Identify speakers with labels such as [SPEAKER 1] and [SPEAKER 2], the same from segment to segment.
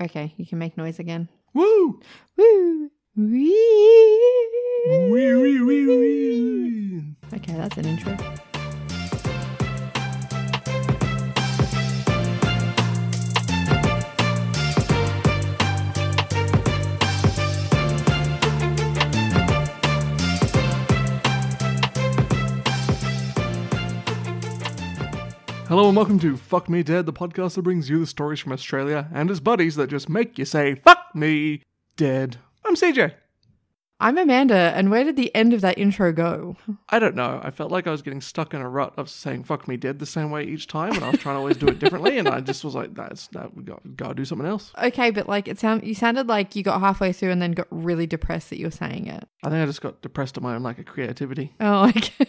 [SPEAKER 1] Okay, you can make noise again.
[SPEAKER 2] Woo!
[SPEAKER 1] Woo! Wee!
[SPEAKER 2] Wee, wee, wee, wee.
[SPEAKER 1] Okay, that's an intro.
[SPEAKER 2] Hello and welcome to Fuck Me Dead, the podcast that brings you the stories from Australia and its buddies that just make you say "Fuck me dead." I'm CJ.
[SPEAKER 1] I'm Amanda, and where did the end of that intro go?
[SPEAKER 2] I don't know. I felt like I was getting stuck in a rut of saying "fuck me dead" the same way each time, and I was trying to always do it differently. And I just was like, "That's that. We got gotta do something else."
[SPEAKER 1] Okay, but like it sound you sounded like you got halfway through and then got really depressed that you were saying it.
[SPEAKER 2] I think I just got depressed at my own lack of creativity.
[SPEAKER 1] Oh, okay.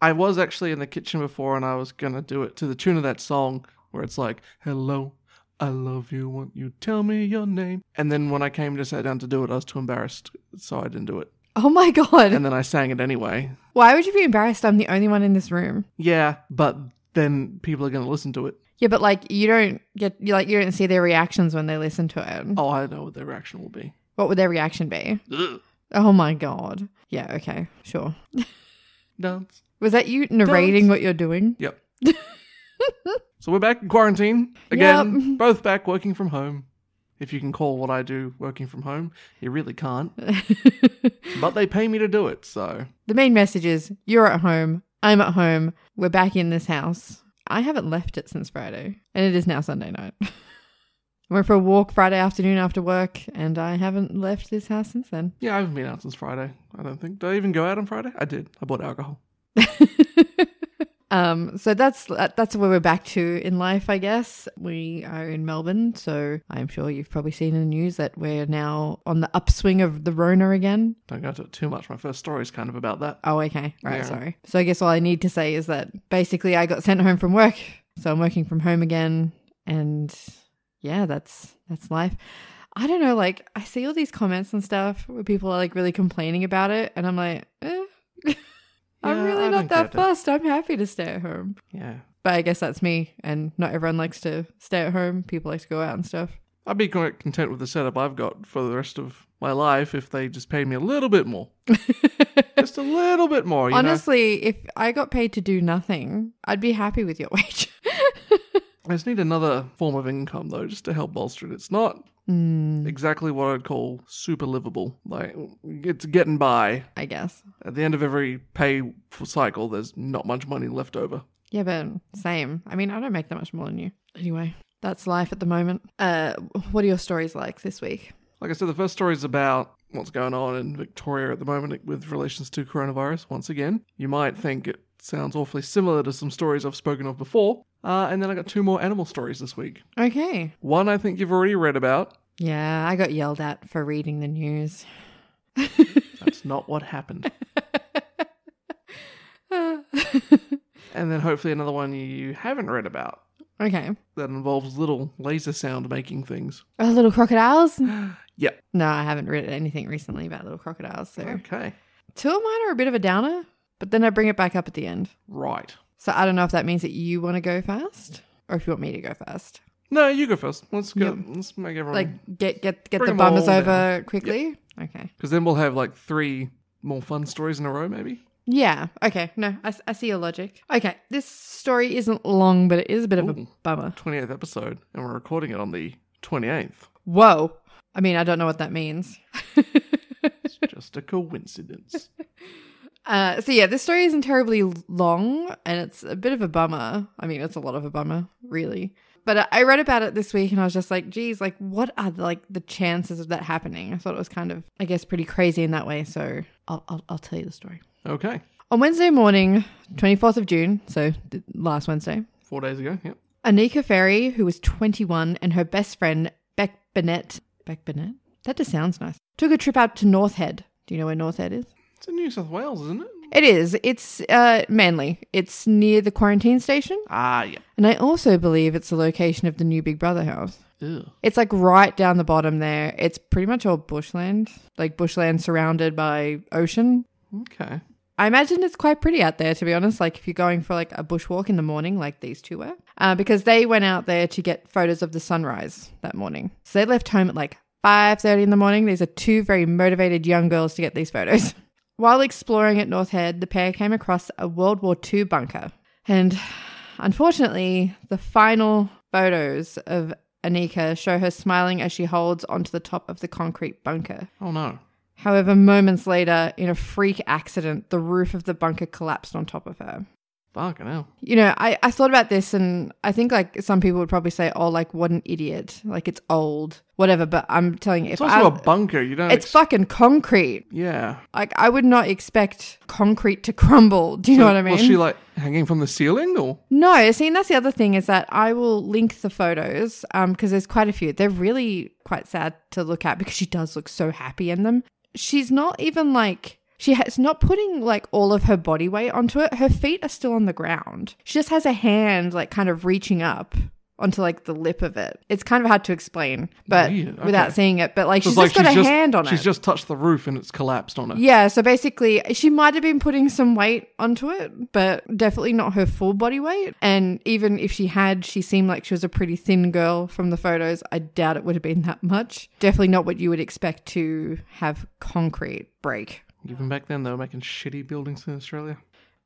[SPEAKER 2] I was actually in the kitchen before, and I was gonna do it to the tune of that song where it's like "Hello." I love you, won't you tell me your name? And then when I came to sit down to do it, I was too embarrassed, so I didn't do it.
[SPEAKER 1] oh my god.
[SPEAKER 2] And then I sang it anyway.
[SPEAKER 1] Why would you be embarrassed? I'm the only one in this room.
[SPEAKER 2] Yeah, but then people are going to listen to it.
[SPEAKER 1] Yeah, but like you don't get you like you don't see their reactions when they listen to it.
[SPEAKER 2] Oh, I know what their reaction will be.
[SPEAKER 1] What would their reaction be?
[SPEAKER 2] Ugh.
[SPEAKER 1] Oh my god. Yeah, okay. Sure.
[SPEAKER 2] Dance.
[SPEAKER 1] Was that you narrating what you're doing?
[SPEAKER 2] Yep. so we're back in quarantine again. Both back working from home. If you can call what I do working from home, you really can't.
[SPEAKER 1] the
[SPEAKER 2] But they pay me to do it, so
[SPEAKER 1] main message is you're at home, I'm at home, we're back in this house. I haven't left it since Friday, and it is now Sunday night. I went for a walk Friday afternoon after work, and I haven't left this house since then.
[SPEAKER 2] yeah, I haven't been out since Friday. I don't think. Did I even go out on Friday? I did. I bought alcohol.
[SPEAKER 1] um, so that's that- that's where we're back to in life, I guess. We are in Melbourne, so I'm sure you've probably seen in the news that we're now on the upswing of the Rona again.
[SPEAKER 2] Don't go into it too much. My first story is kind of about that.
[SPEAKER 1] Oh, okay, right,
[SPEAKER 2] Yeah.
[SPEAKER 1] sorry. So I guess all I need to say is that basically I got sent home from work, so I'm working from home again, and yeah, that's that's life. I don't know, like I see all these comments and stuff where people are like really complaining about it, and I'm like, eh, I'm
[SPEAKER 2] Yeah,
[SPEAKER 1] really
[SPEAKER 2] I
[SPEAKER 1] not
[SPEAKER 2] don't
[SPEAKER 1] that
[SPEAKER 2] get it.
[SPEAKER 1] fussed. I'm happy to stay at home.
[SPEAKER 2] Yeah.
[SPEAKER 1] But I guess that's me, and not everyone likes to stay at home. People like to go out and stuff.
[SPEAKER 2] I'd be quite content with the setup I've got for the rest of my life if they just paid me a little bit more. just a little bit more. You
[SPEAKER 1] Honestly, if I got paid to do nothing, I'd be happy with your wage.
[SPEAKER 2] know? I just need another form of income though, just to help bolster it. It's not
[SPEAKER 1] mm,
[SPEAKER 2] exactly what I'd call super livable. Like it's getting by.
[SPEAKER 1] I guess.
[SPEAKER 2] At the end of every pay f- cycle, there's not much money left over.
[SPEAKER 1] Yeah, but same. I mean, I don't make that much more than you. Anyway, that's life at the moment. Uh, what are your stories like this week?
[SPEAKER 2] Like I said, the first story is about what's going on in Victoria at the moment with relations to coronavirus. Once again, you might think it sounds awfully similar to some stories I've spoken of before. Uh, and then I got two more animal stories this week.
[SPEAKER 1] Okay.
[SPEAKER 2] One I think you've already read about.
[SPEAKER 1] Yeah, I got yelled at for reading the news.
[SPEAKER 2] That's not what happened.
[SPEAKER 1] okay.
[SPEAKER 2] And then hopefully another one you haven't read about that involves little laser sound making things.
[SPEAKER 1] Oh, little crocodiles?
[SPEAKER 2] Yeah.
[SPEAKER 1] No, I haven't read anything recently about little crocodiles. So
[SPEAKER 2] Okay.
[SPEAKER 1] two of mine are a bit of a downer, but then I bring it back up at the end.
[SPEAKER 2] Right.
[SPEAKER 1] So I don't know if that means that you want to go first or if you want me to go first.
[SPEAKER 2] No, you go first. Let's go.
[SPEAKER 1] Yep.
[SPEAKER 2] Let's make everyone
[SPEAKER 1] Like get get get
[SPEAKER 2] Mm. Bring
[SPEAKER 1] the
[SPEAKER 2] 'em
[SPEAKER 1] bummers
[SPEAKER 2] all
[SPEAKER 1] over
[SPEAKER 2] down.
[SPEAKER 1] quickly. Okay.
[SPEAKER 2] because then we'll have like three more fun stories in a row, maybe.
[SPEAKER 1] Yeah. Okay. No, I, s- I see your logic. Okay. This story isn't long, but it is a bit of a
[SPEAKER 2] Ooh.
[SPEAKER 1] bummer.
[SPEAKER 2] Twenty eighth episode, and we're recording it on the twenty eighth.
[SPEAKER 1] Whoa. I mean, I don't know what that means.
[SPEAKER 2] It's just a coincidence.
[SPEAKER 1] Uh, so yeah, this story isn't terribly long, and it's a bit of a bummer. I mean, it's a lot of a bummer, really. But I- I read about it this week, and I was just like, "Geez, like, what are the, like the chances of that happening?" I thought it was kind of, I guess, pretty crazy in that way. So I'll, I'll, I'll tell you the story.
[SPEAKER 2] Okay.
[SPEAKER 1] On Wednesday morning, twenty fourth of June, so th- last Wednesday,
[SPEAKER 2] Four days ago. Yep.
[SPEAKER 1] Anika Ferry, who was 21, and her best friend, Beck Bennett, Beck Bennett, that just sounds nice, took a trip out to North Head. Do you know where North Head is?
[SPEAKER 2] It's in New South Wales, isn't it?
[SPEAKER 1] It is. It's uh, Manly. It's near the quarantine station.
[SPEAKER 2] Ah, yeah.
[SPEAKER 1] And I also believe it's the location of the new Big Brother house.
[SPEAKER 2] Ew.
[SPEAKER 1] It's like right down the bottom there. It's pretty much all bushland, like bushland surrounded by ocean.
[SPEAKER 2] Okay.
[SPEAKER 1] I imagine it's quite pretty out there, to be honest. Like if you're going for like a bushwalk in the morning, like these two were. uh, because they went out there to get photos of the sunrise that morning. So they left home at like 5:30 in the morning. These are two very motivated young girls to get these photos. While exploring at North Head, the pair came across a World War II bunker. And unfortunately, the final photos of Anika show her smiling as she holds onto the top of the concrete bunker.
[SPEAKER 2] Oh no.
[SPEAKER 1] However, moments later, in a freak accident, the roof of the bunker collapsed on top of her.
[SPEAKER 2] Fucking hell.
[SPEAKER 1] You know, I, I thought about this and I think like some people would probably say, oh, like what an idiot. Like it's old, whatever. But I'm telling you,
[SPEAKER 2] It's
[SPEAKER 1] if
[SPEAKER 2] also a
[SPEAKER 1] I,
[SPEAKER 2] bunker. You don't.
[SPEAKER 1] it's
[SPEAKER 2] ex-
[SPEAKER 1] fucking concrete.
[SPEAKER 2] Yeah.
[SPEAKER 1] Like I would not expect concrete to crumble. Do you know what I mean?
[SPEAKER 2] Was she like hanging from the ceiling or?
[SPEAKER 1] No, see, and that's the other thing is that I will link the photos because there's quite a few. They're really quite sad to look at because she does look so happy in them. She's not even like she has not putting like all of her body weight onto it. Her feet are still on the ground. She just has a hand like kind of reaching up onto like the lip of it. It's kind of hard to explain, but
[SPEAKER 2] Weird, okay.
[SPEAKER 1] without seeing it. But like
[SPEAKER 2] So
[SPEAKER 1] she's
[SPEAKER 2] it's
[SPEAKER 1] just got a hand on
[SPEAKER 2] she's
[SPEAKER 1] it.
[SPEAKER 2] just touched the roof and it's collapsed on her.
[SPEAKER 1] Yeah, so basically, she might have been putting some weight onto it, but definitely not her full body weight. And even if she had, she seemed like she was a pretty thin girl from the photos. I doubt it would have been that much. Definitely not what you would expect to have concrete break.
[SPEAKER 2] Even back then, they were making shitty buildings in Australia.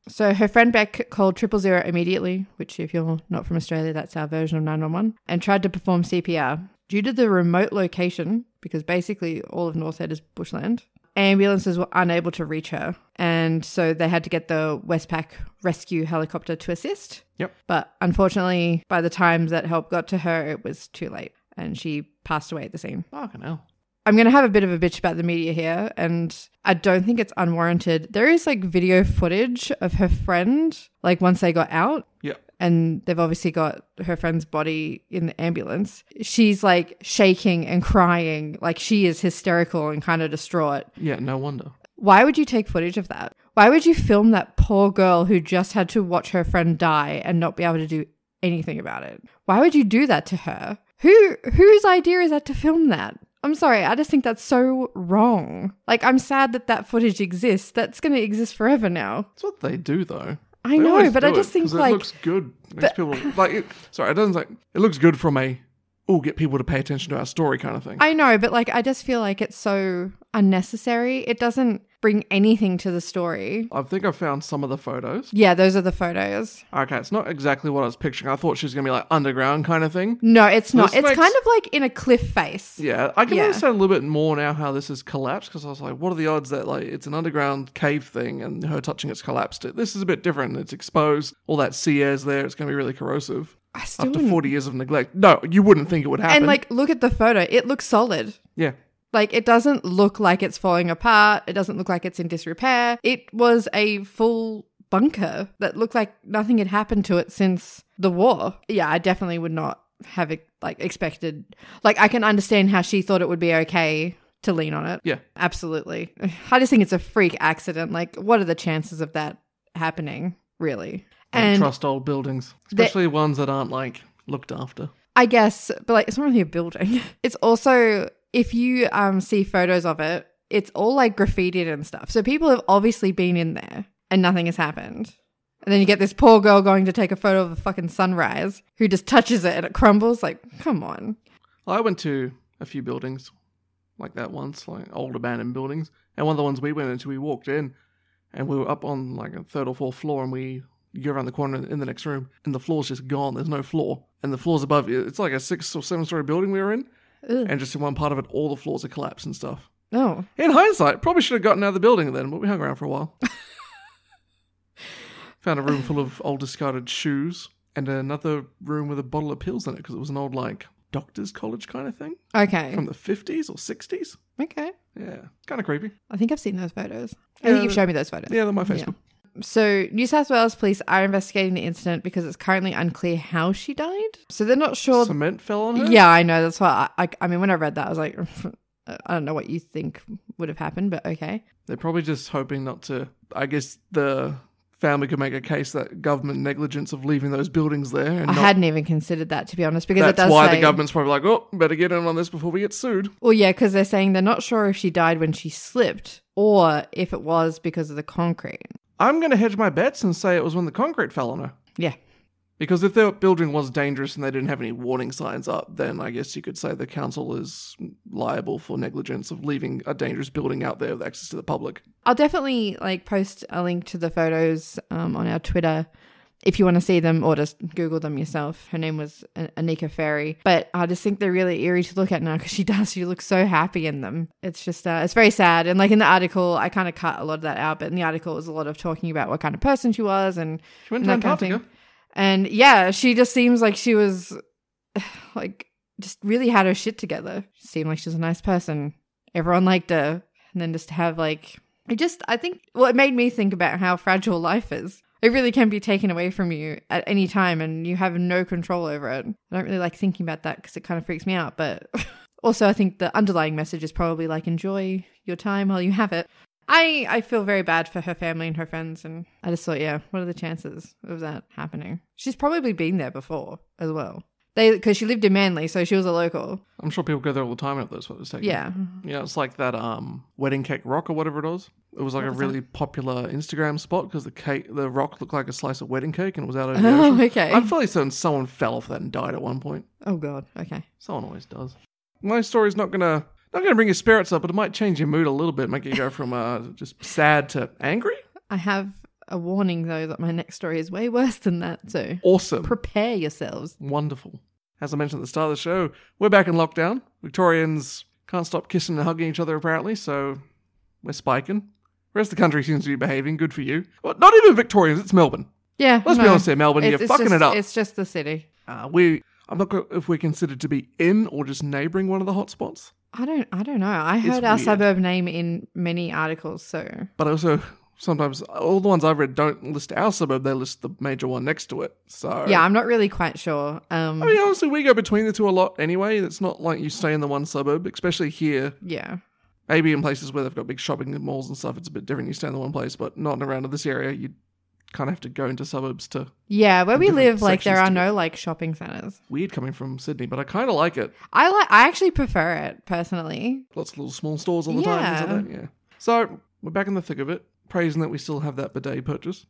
[SPEAKER 1] So her friend Beck called triple zero immediately, which, if you're not from Australia, that's our version of 911, and tried to perform CPR. Due to the remote location, because basically all of North Head is bushland, ambulances were unable to reach her. And so they had to get the Westpac rescue helicopter to assist.
[SPEAKER 2] Yep.
[SPEAKER 1] But unfortunately, by the time that help got to her, it was too late and she passed away at the scene.
[SPEAKER 2] Fucking hell.
[SPEAKER 1] I'm going to have a bit of a bitch about the media here, and I don't think it's unwarranted. There is like video footage of her friend, like once they got out,
[SPEAKER 2] Yeah.
[SPEAKER 1] and they've obviously got her friend's body in the ambulance. She's like shaking and crying, like she is hysterical and kind of distraught.
[SPEAKER 2] Yeah, no wonder.
[SPEAKER 1] Why would you take footage of that? Why would you film that poor girl who just had to watch her friend die and not be able to do anything about it? Why would you do that to her? Who whose idea is that to film that? I'm sorry, I just think that's so wrong. Like I'm sad that that footage exists. That's going to exist forever now.
[SPEAKER 2] That's what they do, though.
[SPEAKER 1] I
[SPEAKER 2] They
[SPEAKER 1] know,
[SPEAKER 2] always
[SPEAKER 1] but
[SPEAKER 2] do
[SPEAKER 1] I just
[SPEAKER 2] it,
[SPEAKER 1] think
[SPEAKER 2] 'cause it
[SPEAKER 1] like
[SPEAKER 2] looks good. Makes people like it, sorry, it doesn't like it looks good from a oh get people to pay attention to our story kind of thing.
[SPEAKER 1] I know, but like I just feel like it's so unnecessary. It doesn't bring anything to the story.
[SPEAKER 2] I think I found some of the photos.
[SPEAKER 1] Yeah, those are the photos.
[SPEAKER 2] Okay, it's not exactly what I was picturing. I thought she was gonna be like underground kind of thing.
[SPEAKER 1] No, it's not.
[SPEAKER 2] This
[SPEAKER 1] it's
[SPEAKER 2] makes-
[SPEAKER 1] kind of like in a cliff face.
[SPEAKER 2] Yeah, I can
[SPEAKER 1] Yeah.
[SPEAKER 2] understand a little bit more now how this has collapsed because I was like, what are the odds that like it's an underground cave thing and her touching it's collapsed? It This is a bit different. It's exposed. All that sea air's there. It's gonna be really corrosive
[SPEAKER 1] I still
[SPEAKER 2] after
[SPEAKER 1] wouldn't-
[SPEAKER 2] forty years of neglect. No, you wouldn't think it would happen.
[SPEAKER 1] And like, look at the photo. It looks solid.
[SPEAKER 2] yeah,
[SPEAKER 1] Like, it doesn't look like it's falling apart. It doesn't look like it's in disrepair. It was a full bunker that looked like nothing had happened to it since the war. Yeah, I definitely would not have like expected. Like, I can understand how she thought it would be okay to lean on it.
[SPEAKER 2] yeah.
[SPEAKER 1] Absolutely. I just think it's a freak accident. Like, what are the chances of that happening? Really?
[SPEAKER 2] and,
[SPEAKER 1] And
[SPEAKER 2] trust old buildings,
[SPEAKER 1] The-
[SPEAKER 2] especially ones that aren't like looked after.
[SPEAKER 1] I guess, but like it's not really a building. It's also if you um see photos of it, it's all like graffitied and stuff. So people have obviously been in there and nothing has happened. And then you get this poor girl going to take a photo of the fucking sunrise who just touches it and it crumbles. Like, come on.
[SPEAKER 2] I went to a few buildings like that once, like old abandoned buildings. And one of the ones we went into, we walked in and we were up on like a third or fourth floor and we go around the corner in the next room and the floor's just gone. There's no floor. And the floors above you, it's like a six or seven story building we were in.
[SPEAKER 1] Ugh.
[SPEAKER 2] And just in one part of it, all the floors are collapsed and stuff.
[SPEAKER 1] No.
[SPEAKER 2] In hindsight, probably should have gotten out of the building then, but we hung around for a while. Found a room full of old discarded shoes and another room with a bottle of pills in it because it was an old, like, doctor's college kind of thing
[SPEAKER 1] Okay.
[SPEAKER 2] from the 50s or 60s.
[SPEAKER 1] Okay.
[SPEAKER 2] Yeah, it's kind of creepy.
[SPEAKER 1] I think I've seen those photos. I
[SPEAKER 2] Yeah,
[SPEAKER 1] think you've shown me those photos.
[SPEAKER 2] Yeah, they're my Facebook.
[SPEAKER 1] So, New South Wales police are investigating the incident because it's currently unclear how she died. So, they're not sure
[SPEAKER 2] Cement fell on her?
[SPEAKER 1] Yeah, I know. That's why I, I, I mean, when I read that, I was like, I don't know what you think would have happened, but okay.
[SPEAKER 2] They're probably just hoping not to. I guess the family could make a case that government negligence of leaving those buildings there. And
[SPEAKER 1] I
[SPEAKER 2] not-
[SPEAKER 1] hadn't even considered that, to be honest, because it
[SPEAKER 2] that's
[SPEAKER 1] does
[SPEAKER 2] why
[SPEAKER 1] say,
[SPEAKER 2] the government's probably like, oh, better get in on this before we get sued.
[SPEAKER 1] Well, yeah, because they're saying they're not sure if she died when she slipped or if it was because of the concrete.
[SPEAKER 2] I'm going to hedge my bets and say it was when the concrete fell on her.
[SPEAKER 1] Yeah.
[SPEAKER 2] Because if their building was dangerous and they didn't have any warning signs up, then I guess you could say the council is liable for negligence of leaving a dangerous building out there with access to the public.
[SPEAKER 1] I'll definitely like post a link to the photos um, on our Twitter if you want to see them or just Google them yourself. Her name was A- Anika Ferry, but I just think they're really eerie to look at now because she does. She looks so happy in them. It's just uh, it's very sad. And like in the article, I kind of cut a lot of that out, but in the article, it was a lot of talking about what kind of person she was and
[SPEAKER 2] She went
[SPEAKER 1] and
[SPEAKER 2] to
[SPEAKER 1] that kind of
[SPEAKER 2] Antarctica.
[SPEAKER 1] thing. And yeah, she just seems like she was like just really had her shit together. She seemed like she was a nice person. Everyone liked her. And then just to have like it just I think well, it made me think about how fragile life is. It really can be taken away from you at any time and you have no control over it. I don't really like thinking about that because it kind of freaks me out, but also I think the underlying message is probably like enjoy your time while you have it. I I feel very bad for her family and her friends, and I just thought, yeah, what are the chances of that happening? She's probably been there before as well. They because she lived in Manly, so she was a local.
[SPEAKER 2] I'm sure people go there all the time and have those photos taken.
[SPEAKER 1] Yeah,
[SPEAKER 2] Yeah, it's like that um wedding cake rock or whatever it was. It was like
[SPEAKER 1] What
[SPEAKER 2] a
[SPEAKER 1] was that?
[SPEAKER 2] really popular Instagram spot because the cake, the rock looked like a slice of wedding cake and it was out over the
[SPEAKER 1] Oh,
[SPEAKER 2] ocean.
[SPEAKER 1] okay.
[SPEAKER 2] I'm fairly certain someone fell off that and died at one point.
[SPEAKER 1] oh god. Okay.
[SPEAKER 2] Someone always does. My story's not gonna not gonna bring your spirits up, but it might change your mood a little bit, make you go from uh just sad to angry.
[SPEAKER 1] I have a warning though that my next story is way worse than that. So
[SPEAKER 2] Awesome.
[SPEAKER 1] prepare yourselves.
[SPEAKER 2] Wonderful. As I mentioned at the start of the show, we're back in lockdown. Victorians can't stop kissing and hugging each other, apparently, so we're spiking. Rest of the country seems to be behaving. Good for you. Well, not even Victorians, it's Melbourne.
[SPEAKER 1] Yeah.
[SPEAKER 2] Let's be
[SPEAKER 1] no.
[SPEAKER 2] honest here, Melbourne,
[SPEAKER 1] It's-
[SPEAKER 2] you're
[SPEAKER 1] it's
[SPEAKER 2] fucking
[SPEAKER 1] just-
[SPEAKER 2] it up.
[SPEAKER 1] It's just the city.
[SPEAKER 2] Uh, we, I'm not sure if we're considered to be in or just neighbouring one of the hotspots,
[SPEAKER 1] I don't. I don't know. I
[SPEAKER 2] It's
[SPEAKER 1] heard our
[SPEAKER 2] weird.
[SPEAKER 1] suburb name in many articles. So
[SPEAKER 2] but also sometimes all the ones I've read don't list our suburb, they list the major one next to it. So
[SPEAKER 1] yeah, I'm not really quite sure. Um.
[SPEAKER 2] I mean, honestly, we go between the two a lot anyway. It's not like you stay in the one suburb, especially here.
[SPEAKER 1] yeah.
[SPEAKER 2] Maybe in places where they've got big shopping malls and stuff, it's a bit different. You stay in the one place, but not around this area. You kind of have to go into suburbs to.
[SPEAKER 1] Yeah, where
[SPEAKER 2] in
[SPEAKER 1] we
[SPEAKER 2] different
[SPEAKER 1] live, like there are
[SPEAKER 2] sections to
[SPEAKER 1] no like shopping centers.
[SPEAKER 2] Weird coming from Sydney, but I kind of like it.
[SPEAKER 1] I like. I actually prefer it personally.
[SPEAKER 2] Lots of little small stores all the time. Things like that. Yeah. So we're back in the thick of it, praising that we still have that bidet purchase.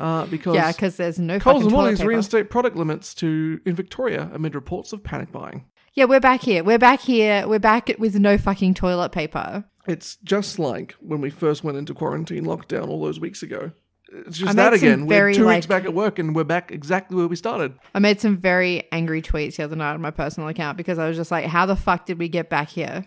[SPEAKER 2] uh, because
[SPEAKER 1] Yeah, because there's no
[SPEAKER 2] Coles
[SPEAKER 1] fucking
[SPEAKER 2] and
[SPEAKER 1] toilet
[SPEAKER 2] Woolies
[SPEAKER 1] paper.
[SPEAKER 2] reinstate product limits to in Victoria amid reports of panic buying.
[SPEAKER 1] yeah, we're back here. We're back here. We're back with no fucking toilet paper.
[SPEAKER 2] It's just like when we first went into quarantine lockdown all those weeks ago. It's
[SPEAKER 1] I made
[SPEAKER 2] just that
[SPEAKER 1] some
[SPEAKER 2] again. We're
[SPEAKER 1] very,
[SPEAKER 2] two
[SPEAKER 1] like-
[SPEAKER 2] weeks back at work and we're back exactly where we started.
[SPEAKER 1] I made some very angry tweets the other night on my personal account because I was just like, how the fuck did we get back here?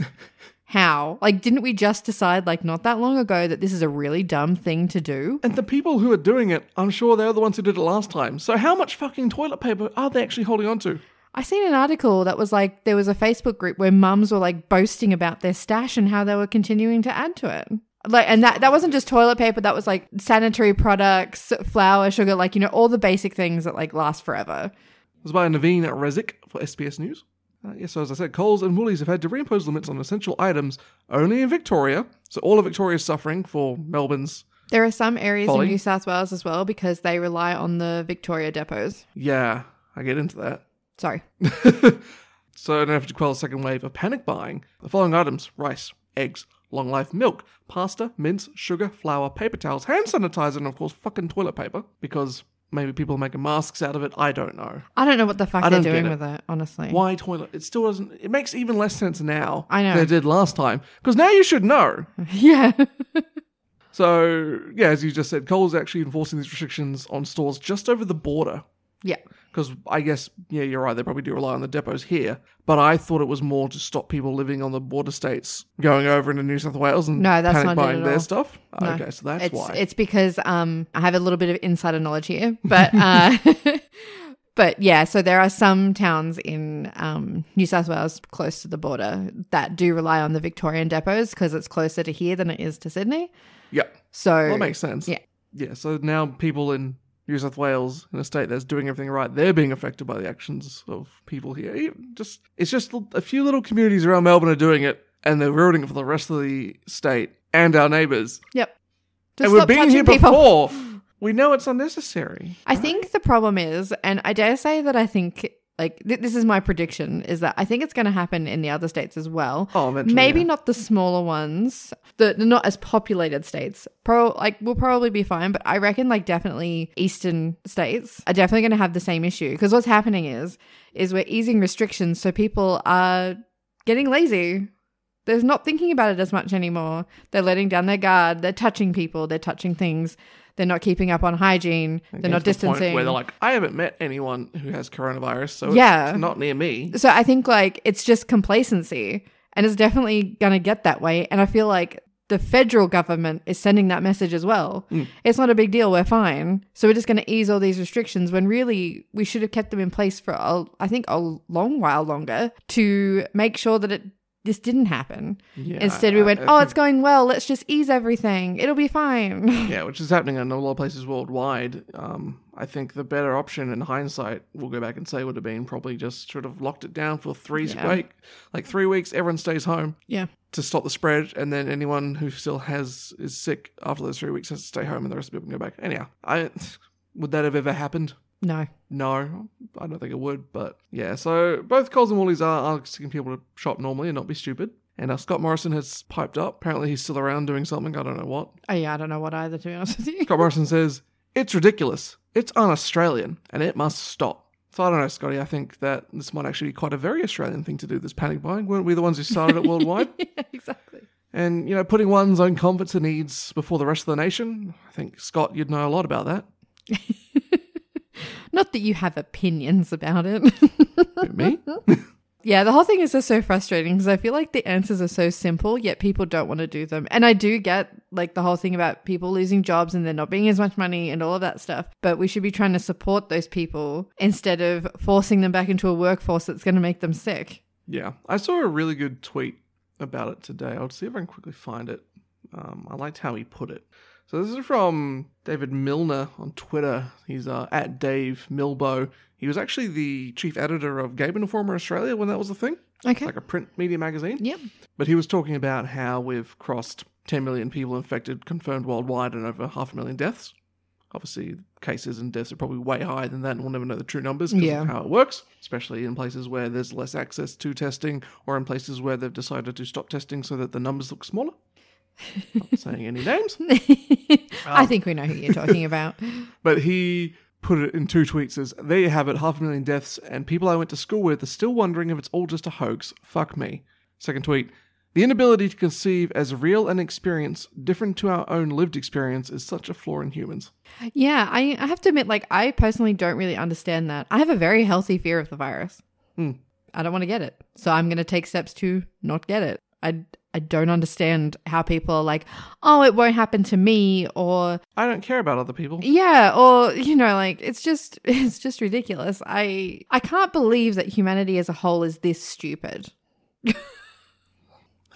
[SPEAKER 1] How? Like, didn't we just decide, like, not that long ago that this is a really dumb thing to do?
[SPEAKER 2] And the people who are doing it, I'm sure they're the ones who did it last time. So how much fucking toilet paper are they actually holding on to?
[SPEAKER 1] I seen an article that was like, there was a Facebook group where mums were like boasting about their stash and how they were continuing to add to it. Like, and that, that wasn't just toilet paper, that was like sanitary products, flour, sugar, like, you know, all the basic things that like last forever.
[SPEAKER 2] It was by Naveen Rezik for SBS News. Uh, yes, so as I said, Coles and Woolies have had to reimpose limits on essential items only in Victoria. So all of Victoria's suffering for Melbourne's.
[SPEAKER 1] There are some areas
[SPEAKER 2] Folly.
[SPEAKER 1] in New South Wales as well because they rely on the Victoria depots.
[SPEAKER 2] Yeah, I get into that.
[SPEAKER 1] Sorry.
[SPEAKER 2] So I don't have to quell a second wave of panic buying. The following items rice, eggs, long life milk, pasta, mince, sugar, flour, paper towels, hand sanitizer, and of course fucking toilet paper. Because maybe people are making masks out of it. I don't know.
[SPEAKER 1] I don't know what the fuck
[SPEAKER 2] I
[SPEAKER 1] they're
[SPEAKER 2] don't get
[SPEAKER 1] doing
[SPEAKER 2] it.
[SPEAKER 1] with it, honestly.
[SPEAKER 2] Why toilet? It still doesn't. It makes even less sense now
[SPEAKER 1] I know.
[SPEAKER 2] than it did last time. Because now you should know.
[SPEAKER 1] Yeah.
[SPEAKER 2] So yeah, as you just said, Cole's actually enforcing these restrictions on stores just over the border.
[SPEAKER 1] yeah.
[SPEAKER 2] Because I guess, yeah, you're right. They probably do rely on the depots here. But I thought it was more to stop people living on the border states going over into New South Wales and
[SPEAKER 1] No, that's
[SPEAKER 2] panic
[SPEAKER 1] not it
[SPEAKER 2] buying
[SPEAKER 1] at
[SPEAKER 2] their
[SPEAKER 1] all.
[SPEAKER 2] stuff.
[SPEAKER 1] No.
[SPEAKER 2] Okay, so that's
[SPEAKER 1] it's,
[SPEAKER 2] why.
[SPEAKER 1] It's because um, I have a little bit of insider knowledge here, but uh, but yeah. So there are some towns in um, New South Wales close to the border that do rely on the Victorian depots because it's closer to here than it is to Sydney.
[SPEAKER 2] yeah,
[SPEAKER 1] So
[SPEAKER 2] well, that makes sense.
[SPEAKER 1] yeah.
[SPEAKER 2] Yeah, so now people in New South Wales, in a state that's doing everything right, they're being affected by the actions of people here. Even Just It's just a few little communities around Melbourne are doing it and they're ruining it for the rest of the state and our neighbours.
[SPEAKER 1] yep.
[SPEAKER 2] And
[SPEAKER 1] Just
[SPEAKER 2] we've
[SPEAKER 1] stop
[SPEAKER 2] been
[SPEAKER 1] touching
[SPEAKER 2] here
[SPEAKER 1] people.
[SPEAKER 2] before. We know it's unnecessary.
[SPEAKER 1] I think the problem is, and I dare say that I think Like th- this is my prediction is that I think it's going to happen in the other states as well.
[SPEAKER 2] Oh, eventually.
[SPEAKER 1] Maybe
[SPEAKER 2] yeah.
[SPEAKER 1] not the smaller ones, the the not as populated states. Pro like will probably be fine, but I reckon like definitely eastern states are definitely going to have the same issue because what's happening is is we're easing restrictions, so people are getting lazy. They're not thinking about it as much anymore. They're letting down their guard. They're touching people. They're touching things. They're not keeping up on hygiene.
[SPEAKER 2] It
[SPEAKER 1] they're not
[SPEAKER 2] gets to the point
[SPEAKER 1] distancing.
[SPEAKER 2] where they're like, I haven't met anyone who has coronavirus, so
[SPEAKER 1] Yeah.
[SPEAKER 2] it's not near me.
[SPEAKER 1] So I think like it's just complacency and it's definitely going to get that way. And I feel like the federal government is sending that message as well.
[SPEAKER 2] Mm.
[SPEAKER 1] It's not a big deal. We're fine. So we're just going to ease all these restrictions when really we should have kept them in place for, a, I think, a long while longer to make sure that it this didn't happen.
[SPEAKER 2] Yeah,
[SPEAKER 1] Instead, we
[SPEAKER 2] I-
[SPEAKER 1] went,
[SPEAKER 2] I
[SPEAKER 1] oh,
[SPEAKER 2] think-
[SPEAKER 1] it's going well. Let's just ease everything. It'll be fine.
[SPEAKER 2] Yeah, which is happening in a lot of places worldwide. Um, I think the better option in hindsight, we'll go back and say, would have been probably just sort of locked it down for three
[SPEAKER 1] Yeah.
[SPEAKER 2] week, like three weeks. Everyone stays home
[SPEAKER 1] yeah.
[SPEAKER 2] to stop the spread, and then anyone who still has is sick after those three weeks has to stay home, and the rest of the people can go back. Anyhow, I would that have ever happened?
[SPEAKER 1] No.
[SPEAKER 2] No, I don't think it would, but yeah. So both Coles and Woolies are asking people to shop normally and not be stupid. And uh, Scott Morrison has piped up. Apparently, he's still around doing something. I don't know what.
[SPEAKER 1] Oh, yeah. I don't know what either, to be honest with you.
[SPEAKER 2] Scott Morrison says, It's ridiculous. It's un Australian and it must stop. So I don't know, Scotty. I think that this might actually be quite a very Australian thing to do, this panic buying. Weren't we the ones who started it worldwide?
[SPEAKER 1] yeah, exactly.
[SPEAKER 2] And, you know, putting one's own comforts and needs before the rest of the nation. I think, Scott, you'd know a lot about that.
[SPEAKER 1] Not that you have opinions about it.
[SPEAKER 2] But Me?
[SPEAKER 1] yeah, the whole thing is just so frustrating because I feel like the answers are so simple, yet people don't want to do them. And I do get like the whole thing about people losing jobs and there not being as much money and all of that stuff. But we should be trying to support those people instead of forcing them back into a workforce that's going to make them sick.
[SPEAKER 2] Yeah. I saw a really good tweet about it today. I'll see if I can quickly find it. Um, I liked how he put it. So this is from David Milner on Twitter. He's uh, at Dave Milbo. He was actually the chief editor of Game Informer Australia when that was a thing,
[SPEAKER 1] Okay.
[SPEAKER 2] like a print media magazine.
[SPEAKER 1] yep.
[SPEAKER 2] But he was talking about how we've crossed 10 million people infected, confirmed worldwide, and over half a million deaths. Obviously, cases and deaths are probably way higher than that, and we'll never know the true numbers because
[SPEAKER 1] Yeah.
[SPEAKER 2] of how it works, especially in places where there's less access to testing or in places where they've decided to stop testing so that the numbers look smaller. Not saying any names.
[SPEAKER 1] I think we know who you're talking about.
[SPEAKER 2] But he put it in two tweets as there you have it, half a million deaths, and people I went to school with are still wondering if it's all just a hoax. Fuck me. Second tweet. The inability to conceive as real an experience different to our own lived experience is such a flaw in humans.
[SPEAKER 1] yeah, I, I have to admit, like, I personally don't really understand that. I have a very healthy fear of the virus.
[SPEAKER 2] Hmm.
[SPEAKER 1] I don't want to get it. So I'm going to take steps to not get it. I, I don't understand how people are like, oh, it won't happen to me, or
[SPEAKER 2] I don't care about other people.
[SPEAKER 1] yeah, or you know, like it's just it's just ridiculous. I I can't believe that humanity as a whole is this stupid. like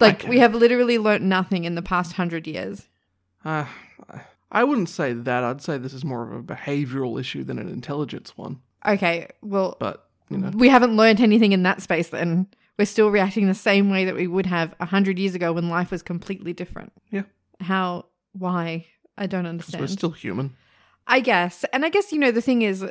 [SPEAKER 2] Okay.
[SPEAKER 1] we have literally learnt nothing in the past hundred years.
[SPEAKER 2] Uh, I wouldn't say that. I'd say this is more of a behavioral issue than an intelligence one.
[SPEAKER 1] Okay, well,
[SPEAKER 2] But, you know,
[SPEAKER 1] we haven't learnt anything in that space. Then we're still reacting the same way that we would have hundred years ago when life was completely different.
[SPEAKER 2] Yeah.
[SPEAKER 1] How? Why? I don't understand.
[SPEAKER 2] we're still human.
[SPEAKER 1] I guess. And I guess, you know, the thing is,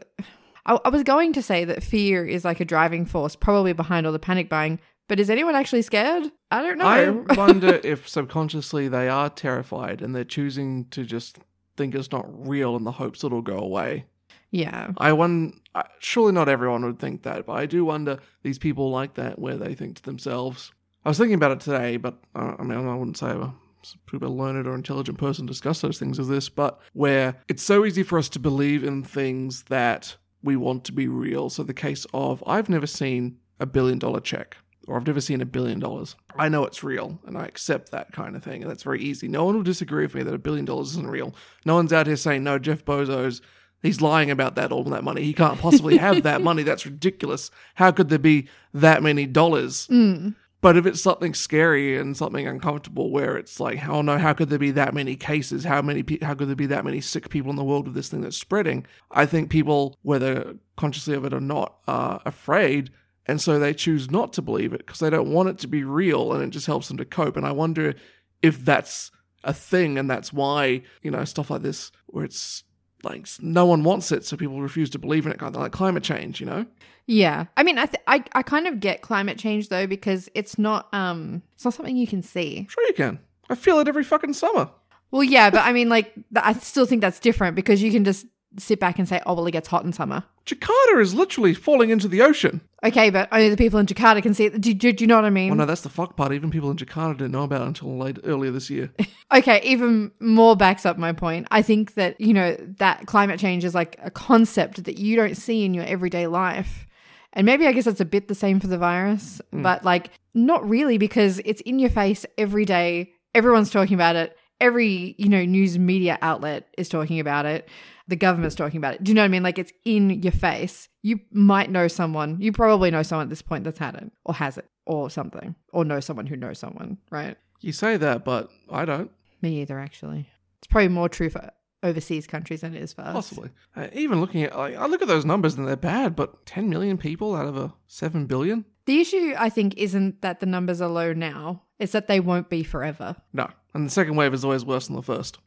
[SPEAKER 1] I, I was going to say that fear is like a driving force, probably behind all the panic buying, but is anyone actually scared? I don't
[SPEAKER 2] I
[SPEAKER 1] know.
[SPEAKER 2] wonder if subconsciously they are terrified and they're choosing to just think it's not real in the hopes it'll go away.
[SPEAKER 1] yeah.
[SPEAKER 2] I won. I- Surely not everyone would think that, but I do wonder these people like that where they think to themselves. I was thinking about it today, but uh, I mean, I wouldn't say I'm a super learned or intelligent person to discuss those things as this, but where it's so easy for us to believe in things that we want to be real. So the case of I've never seen a billion dollar check. Or I've never seen a billion dollars. I know it's real and I accept that kind of thing. And that's very easy. No one will disagree with me that a billion dollars isn't real. No one's out here saying, no, Jeff Bezos He's lying about that all that money. He can't possibly have that money. That's ridiculous. How could there be that many dollars?
[SPEAKER 1] Mm.
[SPEAKER 2] But if it's something scary and something uncomfortable, where it's like, oh no, how could there be that many cases? How many? Pe- how could there be that many sick people in the world with this thing that's spreading? I think people, whether consciously of it or not, are afraid, and so they choose not to believe it because they don't want it to be real, and it just helps them to cope. And I wonder if that's a thing, and that's why you know stuff like this, where it's like s- no one wants it, so people refuse to believe in it. Kind of like climate change, you know?
[SPEAKER 1] Yeah. I mean, I, th- I I kind of get climate change though because it's not um it's not something you can see.
[SPEAKER 2] Sure, you can. I feel it every fucking summer.
[SPEAKER 1] Well, yeah, but I mean, like th- I still think that's different because you can just sit back and say, "Oh, well, it gets hot in summer."
[SPEAKER 2] Jakarta is literally falling into the ocean.
[SPEAKER 1] Okay, but only the people in Jakarta can see it. Do, do, do you know what I mean?
[SPEAKER 2] Well, Oh, no, that's the fuck part. Even people in Jakarta didn't know about it until late earlier this year.
[SPEAKER 1] Okay, even more backs up my point. I think that, you know, that climate change is like a concept that you don't see in your everyday life. And maybe I guess that's a bit the same for the virus, but like not really because it's in your face every day. Everyone's talking about it. Every, you know, news media outlet is talking about it. The government's talking about it. Do you know what I mean? Like it's in your face. You might know someone. You probably know someone at this point that's had it or has it or something or know someone who knows someone, right?
[SPEAKER 2] you say that, but I don't.
[SPEAKER 1] Me either, actually. It's probably more true for overseas countries than it is for us.
[SPEAKER 2] Possibly. Uh, even looking at, like, I look at those numbers and they're bad, but 10 million people out of a 7 billion?
[SPEAKER 1] The issue, I think, isn't that the numbers are low now, it's that they won't be forever.
[SPEAKER 2] No. And the second wave is always worse than the first.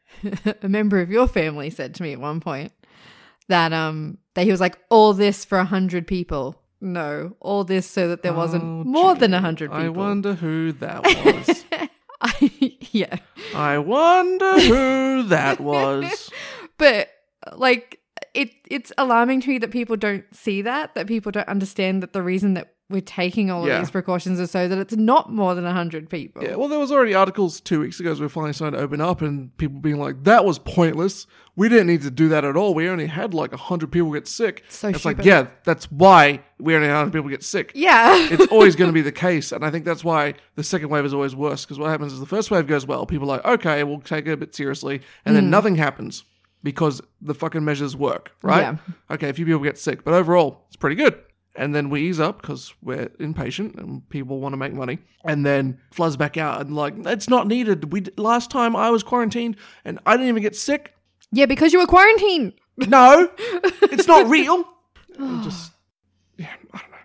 [SPEAKER 1] a member of your family said to me at one point that um that he was like, all this for a hundred people. No, all this so that there wasn't
[SPEAKER 2] Oh,
[SPEAKER 1] more than
[SPEAKER 2] gee.
[SPEAKER 1] a hundred people.
[SPEAKER 2] I wonder who that was.
[SPEAKER 1] I- yeah.
[SPEAKER 2] I wonder who that was.
[SPEAKER 1] but like it it's alarming to me that people don't see that that people don't understand that the reason that we're taking all
[SPEAKER 2] Yeah.
[SPEAKER 1] of these precautions is so that it's not more than 100 people
[SPEAKER 2] Yeah, well, there was already articles two weeks ago as we are finally starting to open up, and people being like, "That was pointless. We didn't need to do that at all. We only had like hundred people get sick."
[SPEAKER 1] So
[SPEAKER 2] it's like,
[SPEAKER 1] stupid.
[SPEAKER 2] yeah, that's why we only had hundred people get sick.
[SPEAKER 1] yeah
[SPEAKER 2] it's always going to be the case, and I think that's why the second wave is always worse. Because what happens is the first wave goes well. People are like, okay, we'll take it a bit seriously, and
[SPEAKER 1] Mm.
[SPEAKER 2] then nothing happens because the fucking measures work, right?
[SPEAKER 1] Yeah.
[SPEAKER 2] Okay, a few people get sick, but overall, it's pretty good. And then we ease up because we're impatient and people want to make money. And then floods back out and like it's not needed. We last time I was quarantined and I didn't even get sick.
[SPEAKER 1] yeah because you were quarantined
[SPEAKER 2] No, it's not real. And just yeah, I don't know.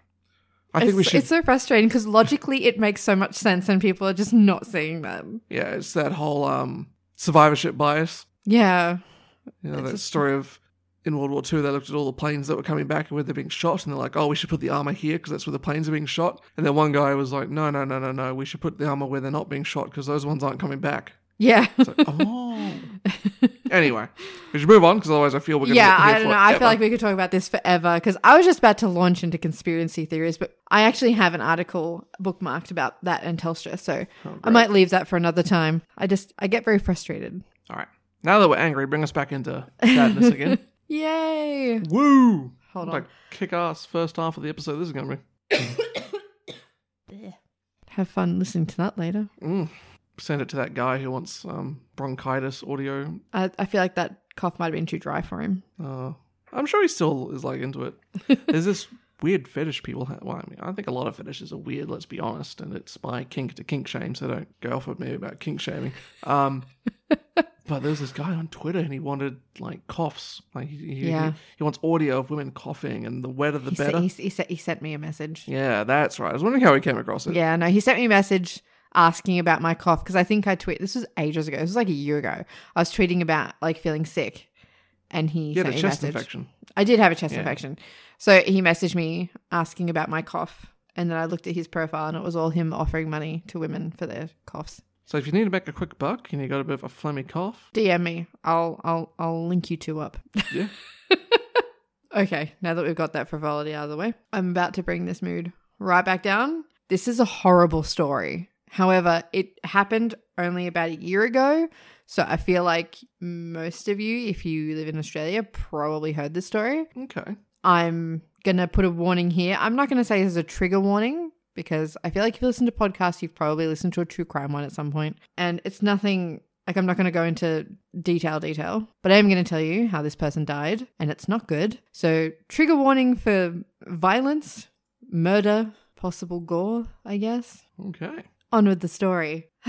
[SPEAKER 2] I think
[SPEAKER 1] it's,
[SPEAKER 2] we should.
[SPEAKER 1] it's so frustrating because logically it makes so much sense and people are just not seeing that
[SPEAKER 2] Yeah, it's that whole um, survivorship bias.
[SPEAKER 1] yeah
[SPEAKER 2] You know,
[SPEAKER 1] It's
[SPEAKER 2] that
[SPEAKER 1] just-
[SPEAKER 2] story of in World War II, they looked at all the planes that were coming back and where they're being shot, and they're like, oh, we should put the armor here because that's where the planes are being shot. And then one guy was like, no, no, no, no, no, we should put the armor where they're not being shot because those ones aren't coming back.
[SPEAKER 1] yeah
[SPEAKER 2] It's like, oh. anyway, we should move on because otherwise I feel we're going to
[SPEAKER 1] yeah i don't know i feel like we could talk about this forever because i was just about to launch into conspiracy theories but i actually have an article bookmarked about that and telstra so
[SPEAKER 2] Oh,
[SPEAKER 1] i might leave that for another time i just i get very frustrated
[SPEAKER 2] All right. Now that we're angry, bring us back into sadness again.
[SPEAKER 1] yay
[SPEAKER 2] Woo!
[SPEAKER 1] Hold
[SPEAKER 2] What a
[SPEAKER 1] on.
[SPEAKER 2] kick ass first half of the episode this is going to be.
[SPEAKER 1] have fun listening to that later
[SPEAKER 2] Send it to that guy who wants um, bronchitis audio
[SPEAKER 1] i, I feel like that cough might have been too dry for him
[SPEAKER 2] Uh, I'm sure he still is like into it. There's this weird fetish people have. Well, I mean, I think a lot of fetishes are weird. Let's be honest, and it's my kink to kink shame. So don't go off with me about kink shaming. Um, but there's this guy on Twitter, and he wanted like coughs. Like he, he,
[SPEAKER 1] Yeah.
[SPEAKER 2] he, he wants audio of women coughing, and the wetter the
[SPEAKER 1] he,
[SPEAKER 2] better.
[SPEAKER 1] Sent, he, s- he, sent, he sent me a message
[SPEAKER 2] yeah, that's right. I was wondering how he came across it.
[SPEAKER 1] Yeah, no, he sent me a message asking about my cough because I think I tweet this was ages ago. This was like a year ago. I was tweeting about like feeling sick, and he
[SPEAKER 2] He
[SPEAKER 1] sent
[SPEAKER 2] had a
[SPEAKER 1] me a
[SPEAKER 2] chest
[SPEAKER 1] message.
[SPEAKER 2] infection.
[SPEAKER 1] I did have a chest
[SPEAKER 2] Yeah.
[SPEAKER 1] infection, so he messaged me asking about my cough, and then I looked at his profile, and it was all him offering money to women for their coughs.
[SPEAKER 2] So if you need to make a quick buck and you got a bit of a phlegmy cough,
[SPEAKER 1] DM me. I'll I'll I'll link you two up.
[SPEAKER 2] yeah,
[SPEAKER 1] Okay, now that we've got that frivolity out of the way, I'm about to bring this mood right back down. This is a horrible story. However, it happened only about a year ago. So I feel like most of you, if you live in Australia, probably heard this story.
[SPEAKER 2] okay.
[SPEAKER 1] I'm going to put a warning here. I'm not going to say this is a trigger warning because I feel like if you listen to podcasts, you've probably listened to a true crime one at some point. And it's nothing like I'm not going to go into detail, detail, but I am going to tell you how this person died and it's not good. So, trigger warning for violence, murder, possible gore, I guess.
[SPEAKER 2] Okay.
[SPEAKER 1] On with the story.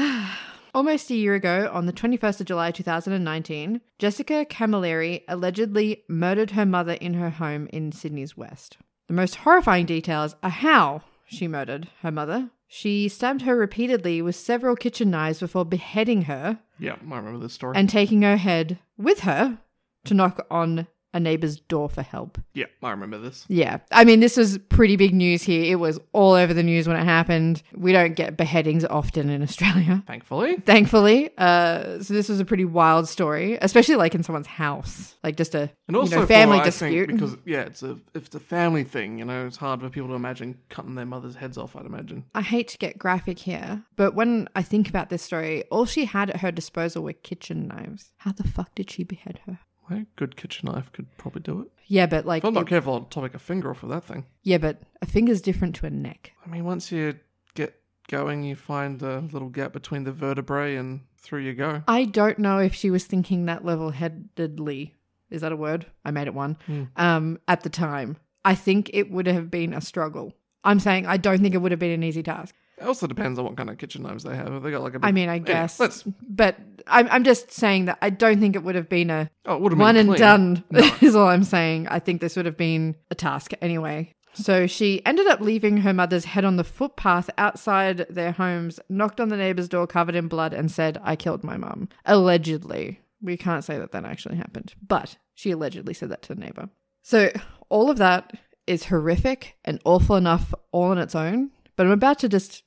[SPEAKER 1] Almost a year ago, on the 21st of July 2019, Jessica Camilleri allegedly murdered her mother in her home in Sydney's West. The most horrifying details are how she murdered her mother. She stabbed her repeatedly with several kitchen knives before beheading her
[SPEAKER 2] Yeah, I remember this story.
[SPEAKER 1] and taking her head with her to knock on a neighbor's door for help.
[SPEAKER 2] Yeah, I remember this.
[SPEAKER 1] Yeah. I mean, this was pretty big news here. It was all over the news when it happened. We don't get beheadings often in Australia,
[SPEAKER 2] Thankfully.
[SPEAKER 1] thankfully. Uh, so this was a pretty wild story, especially like in someone's house, like just a
[SPEAKER 2] And also
[SPEAKER 1] you know, family
[SPEAKER 2] for, I think,
[SPEAKER 1] dispute. mm-hmm.
[SPEAKER 2] because yeah, it's a if it's a family thing, you know, it's hard for people to imagine cutting their mother's heads off, I'd imagine.
[SPEAKER 1] I hate to get graphic here, but when I think about this story, all she had at her disposal were kitchen knives. How the fuck did she behead her?
[SPEAKER 2] Well, a good kitchen knife could probably do it.
[SPEAKER 1] Yeah, but like,
[SPEAKER 2] If I'm not
[SPEAKER 1] it-
[SPEAKER 2] careful, I'll take a finger off of that thing.
[SPEAKER 1] yeah, but a finger's different to a neck.
[SPEAKER 2] I mean, once you get going, you find a little gap between the vertebrae and through you go.
[SPEAKER 1] I don't know if she was thinking that level headedly. Is that a word? I made it one.
[SPEAKER 2] Hmm.
[SPEAKER 1] Um, at the time, I think it would have been a struggle. I'm saying I don't think it would have been an easy task.
[SPEAKER 2] It also depends on what kind of kitchen knives they have. If they got like a big,
[SPEAKER 1] I mean, I
[SPEAKER 2] Anyway,
[SPEAKER 1] guess,
[SPEAKER 2] let's-
[SPEAKER 1] but I'm, I'm just saying that I don't think it would have been a
[SPEAKER 2] oh, it would have
[SPEAKER 1] one and
[SPEAKER 2] been clean.
[SPEAKER 1] done
[SPEAKER 2] No.
[SPEAKER 1] is all I'm saying. I think this would have been a task anyway. So she ended up leaving her mother's head on the footpath outside their homes, knocked on the neighbor's door covered in blood, and said, I killed my mum. Allegedly. We can't say that that actually happened, but she allegedly said that to the neighbor. So all of that is horrific and awful enough all on its own, but I'm about to just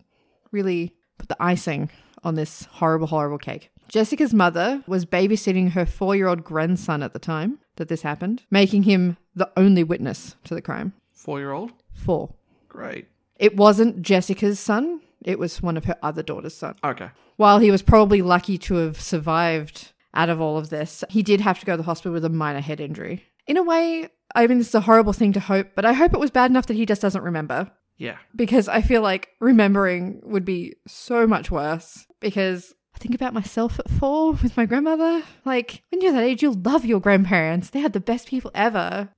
[SPEAKER 1] really put the icing on this horrible, horrible cake. Jessica's mother was babysitting her four year old grandson at the time that this happened, making him the only witness to the crime.
[SPEAKER 2] Four year old.
[SPEAKER 1] Four.
[SPEAKER 2] Great.
[SPEAKER 1] It wasn't Jessica's son, it was one of her other daughter's son.
[SPEAKER 2] Okay.
[SPEAKER 1] While he was probably lucky to have survived out of all of this, he did have to go to the hospital with a minor head injury. In a way, I mean, this is a horrible thing to hope, but I hope it was bad enough that he just doesn't remember
[SPEAKER 2] Yeah.
[SPEAKER 1] because I feel like remembering would be so much worse because I think about myself at four with my grandmother. Like, when you're that age, you love your grandparents. They are the best people ever.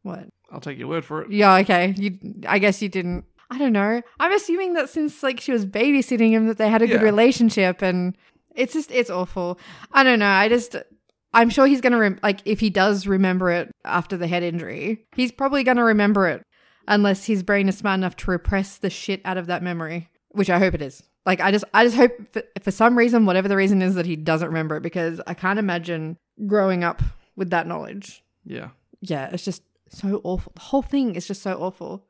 [SPEAKER 1] What?
[SPEAKER 2] I'll take your word for it.
[SPEAKER 1] Yeah, okay. You, I guess you didn't. I don't know. I'm assuming that since like she was babysitting him, that they had a good
[SPEAKER 2] Yeah.
[SPEAKER 1] relationship, and it's just it's awful. I don't know. I just I'm sure he's gonna rem- like if he does remember it after the head injury, he's probably gonna remember it unless his brain is smart enough to repress the shit out of that memory, which I hope it is. Like I just I just hope for, for some reason, whatever the reason is, that he doesn't remember it because I can't imagine growing up with that knowledge
[SPEAKER 2] Yeah.
[SPEAKER 1] yeah, it's just so awful. The whole thing is just so awful.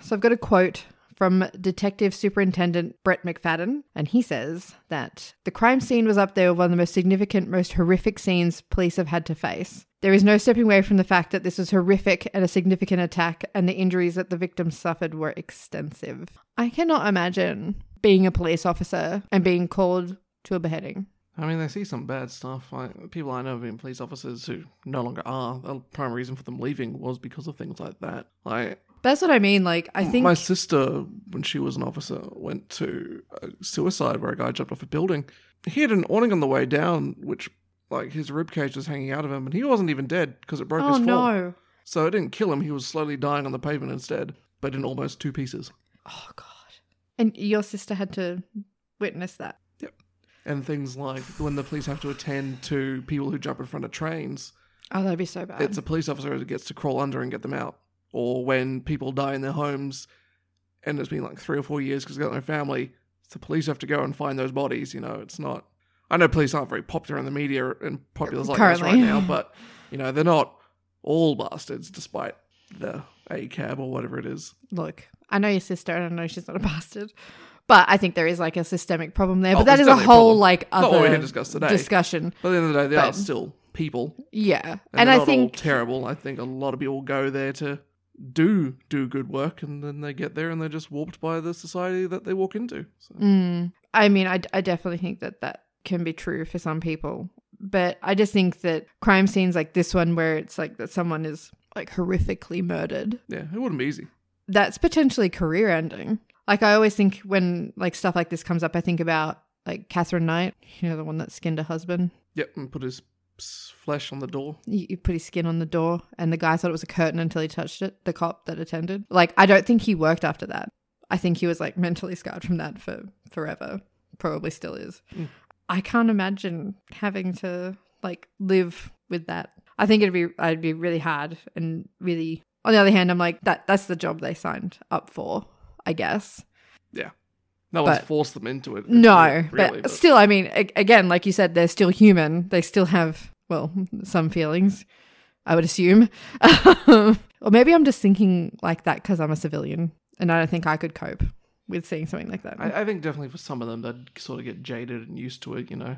[SPEAKER 1] So I've got a quote from Detective Superintendent Brett McFadden, and he says that the crime scene was up there with one of the most significant, most horrific scenes police have had to face. There is no stepping away from the fact that this was horrific and a significant attack, and the injuries that the victims suffered were extensive. I cannot imagine being a police officer and being called to a beheading.
[SPEAKER 2] I mean, they see some bad stuff. Like people I know have been police officers who no longer are. The prime reason for them leaving was because of things like that. Like
[SPEAKER 1] That's what I mean. Like, I think
[SPEAKER 2] Mm, my sister, when she was an officer, went to a suicide where a guy jumped off a building. He had an awning on the way down, which like his rib cage was hanging out of him, and he wasn't even dead because it broke
[SPEAKER 1] oh
[SPEAKER 2] his fall.
[SPEAKER 1] no,
[SPEAKER 2] So it didn't kill him. He was slowly dying on the pavement instead, but in almost two pieces.
[SPEAKER 1] Oh god. And your sister had to witness that.
[SPEAKER 2] And things like when the police have to attend to people who jump in front of trains,
[SPEAKER 1] Oh, that'd be so bad.
[SPEAKER 2] it's a police officer who gets to crawl under and get them out. Or when people die in their homes and it's been like three or four years because they've got no family, the police have to go and find those bodies. You know, it's not. I know police aren't very popular in the media and popular like us right
[SPEAKER 1] Currently.
[SPEAKER 2] now, but, you know, they're not all bastards despite the ACAB or whatever it is.
[SPEAKER 1] Look, I know your sister and I know she's not a bastard. But I think there is like a systemic problem there. But
[SPEAKER 2] Oh,
[SPEAKER 1] that
[SPEAKER 2] there's
[SPEAKER 1] is a
[SPEAKER 2] definitely a
[SPEAKER 1] whole
[SPEAKER 2] problem.
[SPEAKER 1] like
[SPEAKER 2] Not what we
[SPEAKER 1] other
[SPEAKER 2] had discussed today.
[SPEAKER 1] discussion.
[SPEAKER 2] But at the end of the day, they are
[SPEAKER 1] But-
[SPEAKER 2] still people.
[SPEAKER 1] Yeah.
[SPEAKER 2] And,
[SPEAKER 1] And,
[SPEAKER 2] they're
[SPEAKER 1] I
[SPEAKER 2] not
[SPEAKER 1] think
[SPEAKER 2] all terrible. I think a lot of people go there to do do good work, and then they get there and they're just warped by the society that they walk into. So,
[SPEAKER 1] Mm. I mean, I, I definitely think that that can be true for some people. But I just think that crime scenes like this one, where it's like that someone is like horrifically murdered,
[SPEAKER 2] yeah, it wouldn't be easy.
[SPEAKER 1] that's potentially career ending. Like I always think when like stuff like this comes up, I think about like Catherine Knight, you know, the one that skinned her husband.
[SPEAKER 2] Yep, and put his s- flesh on the door.
[SPEAKER 1] You, you put his skin on the door, and the guy thought it was a curtain until he touched it. The cop that attended, like, I don't think he worked after that. I think he was like mentally scarred from that for forever. Probably still is.
[SPEAKER 2] Mm.
[SPEAKER 1] I can't imagine having to like live with that. I think it'd be I'd be really hard and really. On the other hand, I'm like that. That's the job they signed up for, I guess.
[SPEAKER 2] No one's
[SPEAKER 1] But-
[SPEAKER 2] forced them into it.
[SPEAKER 1] No,
[SPEAKER 2] really,
[SPEAKER 1] but,
[SPEAKER 2] really,
[SPEAKER 1] still, I mean, a- again, like you said, they're still human. They still have well, some feelings, I would assume. or maybe I'm just thinking like that because I'm a civilian and I don't think I could cope with seeing something like that.
[SPEAKER 2] I, I think definitely for some of them, they'd sort of get jaded and used to it, you know?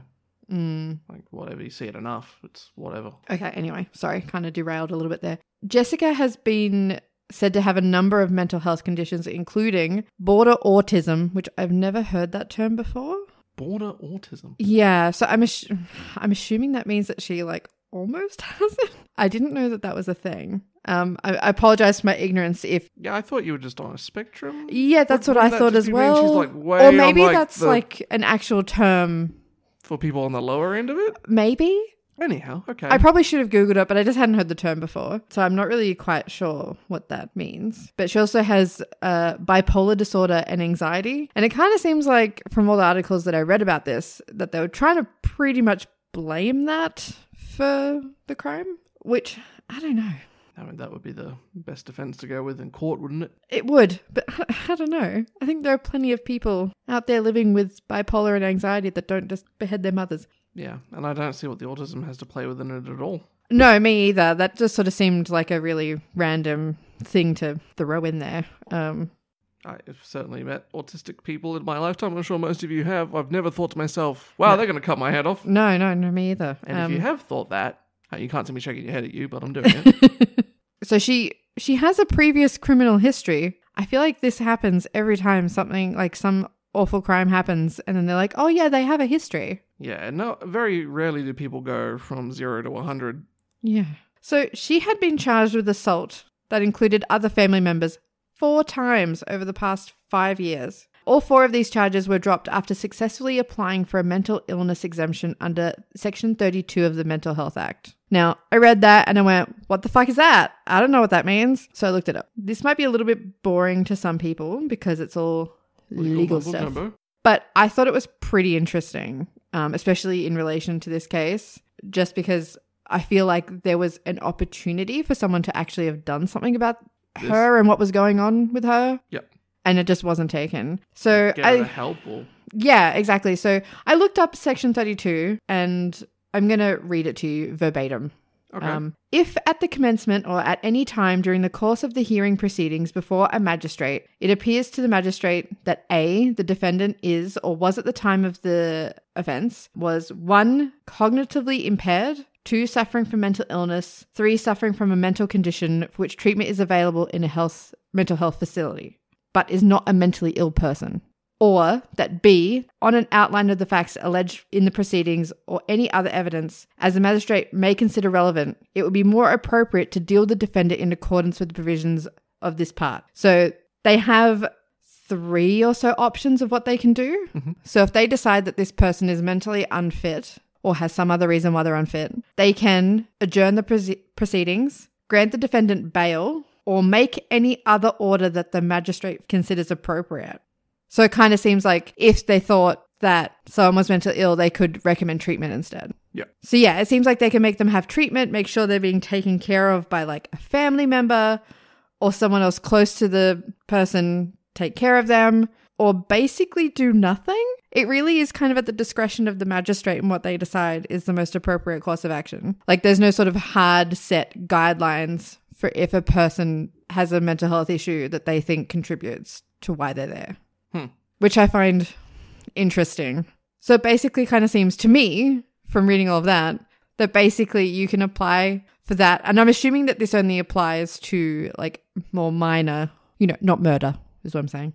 [SPEAKER 1] Mm.
[SPEAKER 2] Like, whatever, you see it enough, it's whatever.
[SPEAKER 1] Okay, anyway, sorry, kind of derailed a little bit there. Jessica has been said to have a number of mental health conditions, including border autism, which I've never heard that term before.
[SPEAKER 2] Border autism.
[SPEAKER 1] Yeah, so I'm ass- I'm assuming that means that she like almost has it. I didn't know that that was a thing. Um, I, I apologize for my ignorance if
[SPEAKER 2] Yeah, I thought you were just on a spectrum.
[SPEAKER 1] yeah, that's what
[SPEAKER 2] Wouldn't
[SPEAKER 1] I
[SPEAKER 2] that
[SPEAKER 1] thought as
[SPEAKER 2] just be mean she's,
[SPEAKER 1] well.
[SPEAKER 2] like, way
[SPEAKER 1] or
[SPEAKER 2] on,
[SPEAKER 1] maybe
[SPEAKER 2] like,
[SPEAKER 1] that's
[SPEAKER 2] the-
[SPEAKER 1] like an actual term.
[SPEAKER 2] For people on the lower end of it?
[SPEAKER 1] Maybe
[SPEAKER 2] Anyhow, okay.
[SPEAKER 1] I probably should have googled it, but I just hadn't heard the term before, so I'm not really quite sure what that means. But she also has uh, bipolar disorder and anxiety, and it kind of seems like from all the articles that I read about this that they were trying to pretty much blame that for the crime, which I don't know.
[SPEAKER 2] I mean, that would be the best defense to go with in court, wouldn't it?
[SPEAKER 1] It would, but I, I don't know. I think there are plenty of people out there living with bipolar and anxiety that don't just behead their mothers.
[SPEAKER 2] Yeah, and I don't see what the autism has to play within it at all.
[SPEAKER 1] No, me either. That just sort of seemed like a really random thing to throw in there. Um,
[SPEAKER 2] I have certainly met autistic people in my lifetime. I'm sure most of you have. I've never thought to myself, wow, they're going to cut my head off.
[SPEAKER 1] no, no, no, me either.
[SPEAKER 2] And
[SPEAKER 1] Um,
[SPEAKER 2] if you have thought that, uh, you can't see me shaking your head at you, but I'm doing it.
[SPEAKER 1] Um, so she she has a previous criminal history. I feel like this happens every time something like some awful crime happens, and then they're like, "Oh yeah, they have a history."
[SPEAKER 2] yeah, no, very rarely do people go from zero to 100.
[SPEAKER 1] Yeah. So she had been charged with assault that included other family members four times over the past five years. All four of these charges were dropped after successfully applying for a mental illness exemption under Section 32 of the Mental Health Act. Now, I read that and I went, what the fuck is that? I don't know what that means. So I looked it up. This might be a little bit boring to some people because it's all legal,
[SPEAKER 2] mumbo
[SPEAKER 1] stuff
[SPEAKER 2] jumbo.
[SPEAKER 1] but I thought it was pretty interesting, um, especially in relation to this case, just because I feel like there was an opportunity for someone to actually have done something about
[SPEAKER 2] This-
[SPEAKER 1] her and what was going on with her.
[SPEAKER 2] Yep.
[SPEAKER 1] And it just wasn't taken. So
[SPEAKER 2] Get
[SPEAKER 1] I,
[SPEAKER 2] her the help or
[SPEAKER 1] yeah, exactly. So I looked up section 32 and I'm going to read it to you verbatim.
[SPEAKER 2] Okay.
[SPEAKER 1] Um, if at the commencement or at any time during the course of the hearing proceedings before a magistrate, it appears to the magistrate that A, the defendant is or was at the time of the offense, was one, cognitively impaired, two, suffering from mental illness, three, suffering from a mental condition for which treatment is available in a health mental health facility, but is not a mentally ill person or that B, on an outline of the facts alleged in the proceedings or any other evidence as the magistrate may consider relevant, it would be more appropriate to deal the defendant in accordance with the provisions of this part. So they have three or so options of what they can do. So if they decide that this person is mentally unfit or has some other reason why they're unfit, they can adjourn the proce- proceedings, grant the defendant bail, or make any other order that the magistrate considers appropriate. So it kind of seems like if they thought that someone was mentally ill, they could recommend treatment instead.
[SPEAKER 2] Yeah.
[SPEAKER 1] So yeah, it seems like they can make them have treatment, make sure they're being taken care of by like a family member or someone else close to the person take care of them or basically do nothing. It really is kind of at the discretion of the magistrate and what they decide is the most appropriate course of action. Like there's no sort of hard set guidelines for if a person has a mental health issue that they think contributes to why they're there which I find interesting. So it basically kind of seems to me, from reading all of that, that basically you can apply for that. And I'm assuming that this only applies to like more minor, you know, not murder, is what I'm saying,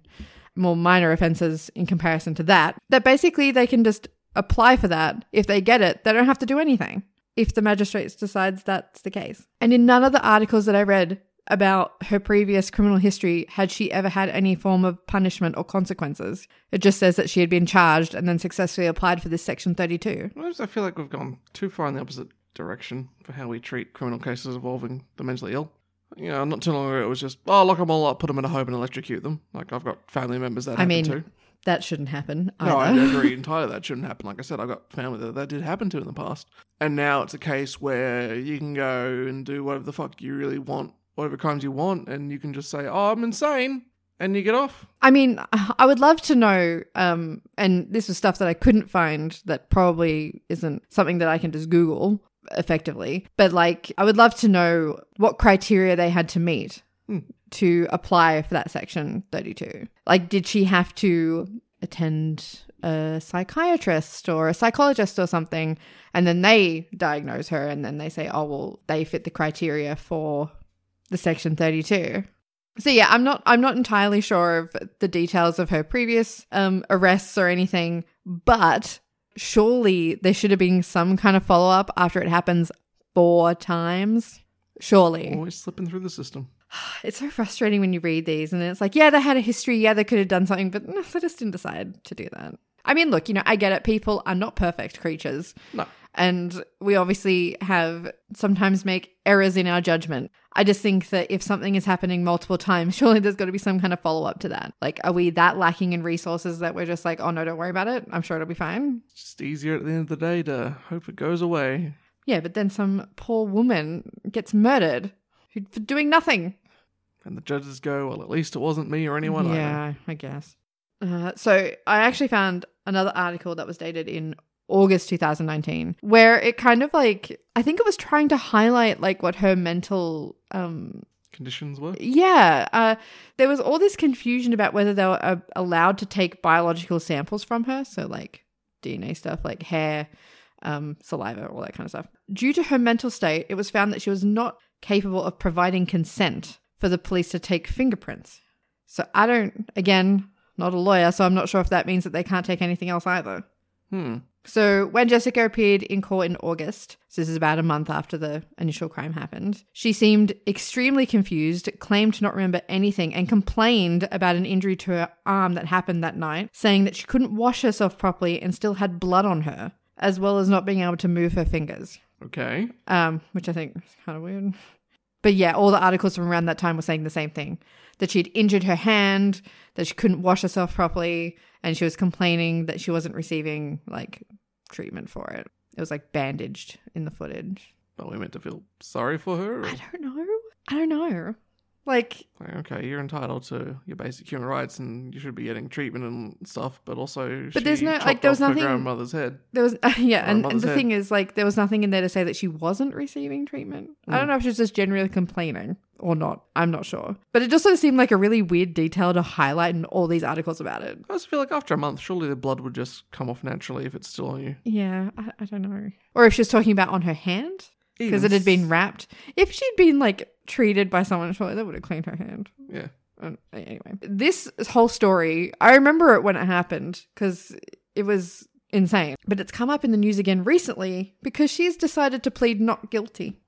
[SPEAKER 1] more minor offenses in comparison to that. That basically they can just apply for that. If they get it, they don't have to do anything if the magistrate decides that's the case. And in none of the articles that I read about her previous criminal history had she ever had any form of punishment or consequences. It just says that she had been charged and then successfully applied for this section 32.
[SPEAKER 2] Sometimes I feel like we've gone too far in the opposite direction for how we treat criminal cases involving the mentally ill. You know, not too long ago it was just, oh, lock them all up, put them in a home and electrocute them. Like, I've got family members that
[SPEAKER 1] I
[SPEAKER 2] happened
[SPEAKER 1] mean,
[SPEAKER 2] to.
[SPEAKER 1] that shouldn't happen either.
[SPEAKER 2] No, I agree entirely. That shouldn't happen. Like I said, I've got family that that did happen to in the past. And now it's a case where you can go and do whatever the fuck you really want, whatever crimes you want, and you can just say, oh, I'm insane, and you get off.
[SPEAKER 1] I mean, I would love to know, um, and this was stuff that I couldn't find that probably isn't something that I can just Google. effectively. But like, I would love to know what criteria they had to meet
[SPEAKER 2] Hmm.
[SPEAKER 1] to apply for that section 32. Like, did she have to attend a psychiatrist or a psychologist or something? And then they diagnose her and then they say, oh, well, they fit the criteria for the section 32. So yeah, I'm not I'm not entirely sure of the details of her previous um, arrests or anything, but surely there should have been some kind of follow up after it happens four times. Surely.
[SPEAKER 2] Always slipping through the system.
[SPEAKER 1] It's so frustrating when you read these and it's like, yeah, they had a history, yeah, they could have done something, but no, they just didn't decide to do that. I mean, look, you know, I get it. People are not perfect creatures.
[SPEAKER 2] No.
[SPEAKER 1] And we obviously have sometimes make errors in our judgment. I just think that if something is happening multiple times, surely there's got to be some kind of follow up to that. Like, are we that lacking in resources that we're just like, oh no, don't worry about it. I'm sure it'll be fine.
[SPEAKER 2] It's just easier at the end of the day to hope it goes away.
[SPEAKER 1] Yeah, but then some poor woman gets murdered who- for doing nothing.
[SPEAKER 2] And the judges go, well, at least it wasn't me or anyone. I know."
[SPEAKER 1] yeah, I guess. Uh, so I actually found another article that was dated in August 2019, where it kind of like I think it was trying to highlight like what her mental um
[SPEAKER 2] Conditions were.
[SPEAKER 1] yeah uh there was all this confusion about whether they were uh, allowed to take biological samples from her, so like DNA stuff like hair, um, saliva, all that kind of stuff. Due to her mental state, it was found that she was not capable of providing consent for the police to take fingerprints. So I don't, again, not a lawyer, so I'm not sure if that means that they can't take anything else either.
[SPEAKER 2] Hmm.
[SPEAKER 1] So when Jessica appeared in court in August, so this is about a month after the initial crime happened, she seemed extremely confused, claimed to not remember anything, and complained about an injury to her arm that happened that night, saying that she couldn't wash herself properly and still had blood on her, as well as not being able to move her fingers
[SPEAKER 2] Okay.
[SPEAKER 1] um, which I think is kind of weird. But yeah, all the articles from around that time were saying the same thing that she'd injured her hand, that she couldn't wash herself properly, and she was complaining that she wasn't receiving like treatment for it. It was like bandaged in the footage.
[SPEAKER 2] Are we meant to feel sorry for her?
[SPEAKER 1] I don't know. I don't know. Like,
[SPEAKER 2] Like, okay, you're entitled to your basic human rights, and you should be getting treatment and stuff. But also,
[SPEAKER 1] But there's
[SPEAKER 2] she
[SPEAKER 1] no- like,
[SPEAKER 2] chopped
[SPEAKER 1] there was
[SPEAKER 2] off her
[SPEAKER 1] nothing-
[SPEAKER 2] Grandmother's head.
[SPEAKER 1] there was, yeah,
[SPEAKER 2] Or
[SPEAKER 1] and,
[SPEAKER 2] mother's
[SPEAKER 1] and the
[SPEAKER 2] head.
[SPEAKER 1] thing is, like, there was nothing in there to say that she wasn't receiving treatment. I don't know if she was just generally complaining or not. I'm not sure. But it just sort of seemed like a really weird detail to highlight in all these articles about it.
[SPEAKER 2] I just feel like after a month, surely the blood would just come off naturally if it's still on you.
[SPEAKER 1] Yeah, I, I don't know. Or if she was talking about on her hand because it
[SPEAKER 2] Even
[SPEAKER 1] had been
[SPEAKER 2] s-
[SPEAKER 1] wrapped. If she'd been like treated by someone, surely they would have cleaned her hand.
[SPEAKER 2] Yeah.
[SPEAKER 1] Um, a- Anyway, this whole story, I remember it when it happened because it was insane. But it's come up in the news again recently because she's decided to plead not guilty.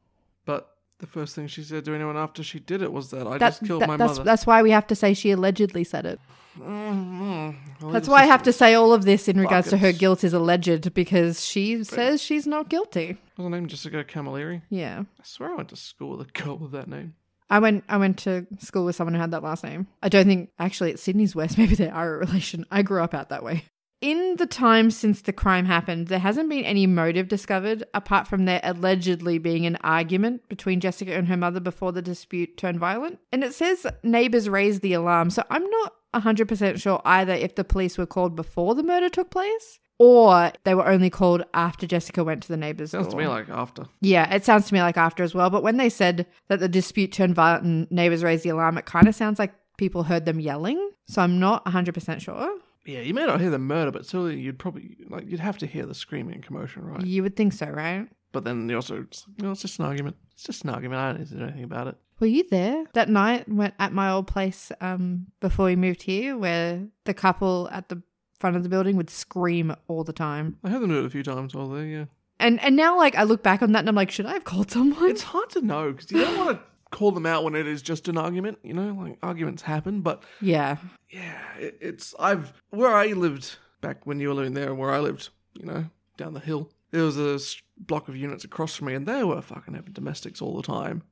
[SPEAKER 2] But the first thing she said to anyone after she did it was that I
[SPEAKER 1] That-
[SPEAKER 2] just killed
[SPEAKER 1] that-
[SPEAKER 2] my
[SPEAKER 1] that's,
[SPEAKER 2] mother.
[SPEAKER 1] that's why we have to say she allegedly said it.
[SPEAKER 2] Mm, mm. Well,
[SPEAKER 1] That's
[SPEAKER 2] this
[SPEAKER 1] why I
[SPEAKER 2] is-
[SPEAKER 1] have to say all of this in regards to her
[SPEAKER 2] Buckets.
[SPEAKER 1] guilt is alleged because she says she's not guilty.
[SPEAKER 2] Was her name Jessica Camilleri?
[SPEAKER 1] Yeah.
[SPEAKER 2] I swear I went to school with a girl with that name.
[SPEAKER 1] I went I went to school with someone who had that last name. I don't think actually it's Sydney's West, maybe they are a relation. I grew up out that way. In the time since the crime happened, there hasn't been any motive discovered apart from there allegedly being an argument between Jessica and her mother before the dispute turned violent. And it says neighbors raised the alarm, so I'm not 100% sure either if the police were called before the murder took place or they were only called after Jessica went to the neighbor's
[SPEAKER 2] Sounds to
[SPEAKER 1] door.
[SPEAKER 2] me like after.
[SPEAKER 1] Yeah, it sounds to me like after as well. But when they said that the dispute turned violent and neighbors raised the alarm, it kind of sounds like people heard them yelling. So I'm not 100% sure.
[SPEAKER 2] Yeah, you may not hear the murder, but certainly you'd probably like you'd have to hear the screaming and commotion, right?
[SPEAKER 1] You would think so, right?
[SPEAKER 2] But then you also, it's, like, "No, it's just an argument. It's just an argument. I don't need to do anything about it.
[SPEAKER 1] Were you there that night when, at my old place um, before we moved here, where the couple at the front of the building would scream all the time?
[SPEAKER 2] I heard them do it a few times while there. Yeah,
[SPEAKER 1] And and now, like, I look back on that and I'm like, should I have called someone?
[SPEAKER 2] it's hard to know because you don't want to call them out when it is just an argument. You know, like arguments happen, but
[SPEAKER 1] yeah.
[SPEAKER 2] yeah, it, it's I've where I lived back when you were living there, and where I lived, you know, down the hill. There was a s- block of units across from me, and they were fucking having domestics all the time.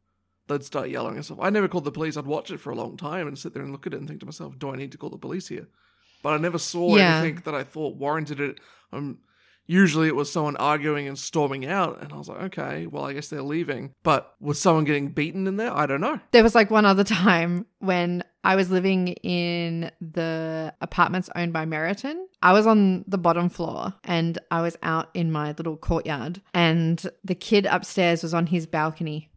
[SPEAKER 2] They'd start yelling and stuff. I never called the police. I'd watch it for a long time and sit there and look at it and think to myself, "Do I need to call the police here?" But I never saw
[SPEAKER 1] Yeah.
[SPEAKER 2] anything that I thought warranted it. Um, Usually it was someone arguing and storming out, and I was like, okay, well, I guess they're leaving. But was someone getting beaten in there? I don't know.
[SPEAKER 1] There was like one other time when I was living in the apartments owned by Meriton. I was on the bottom floor and I was out in my little courtyard, and the kid upstairs was on his balcony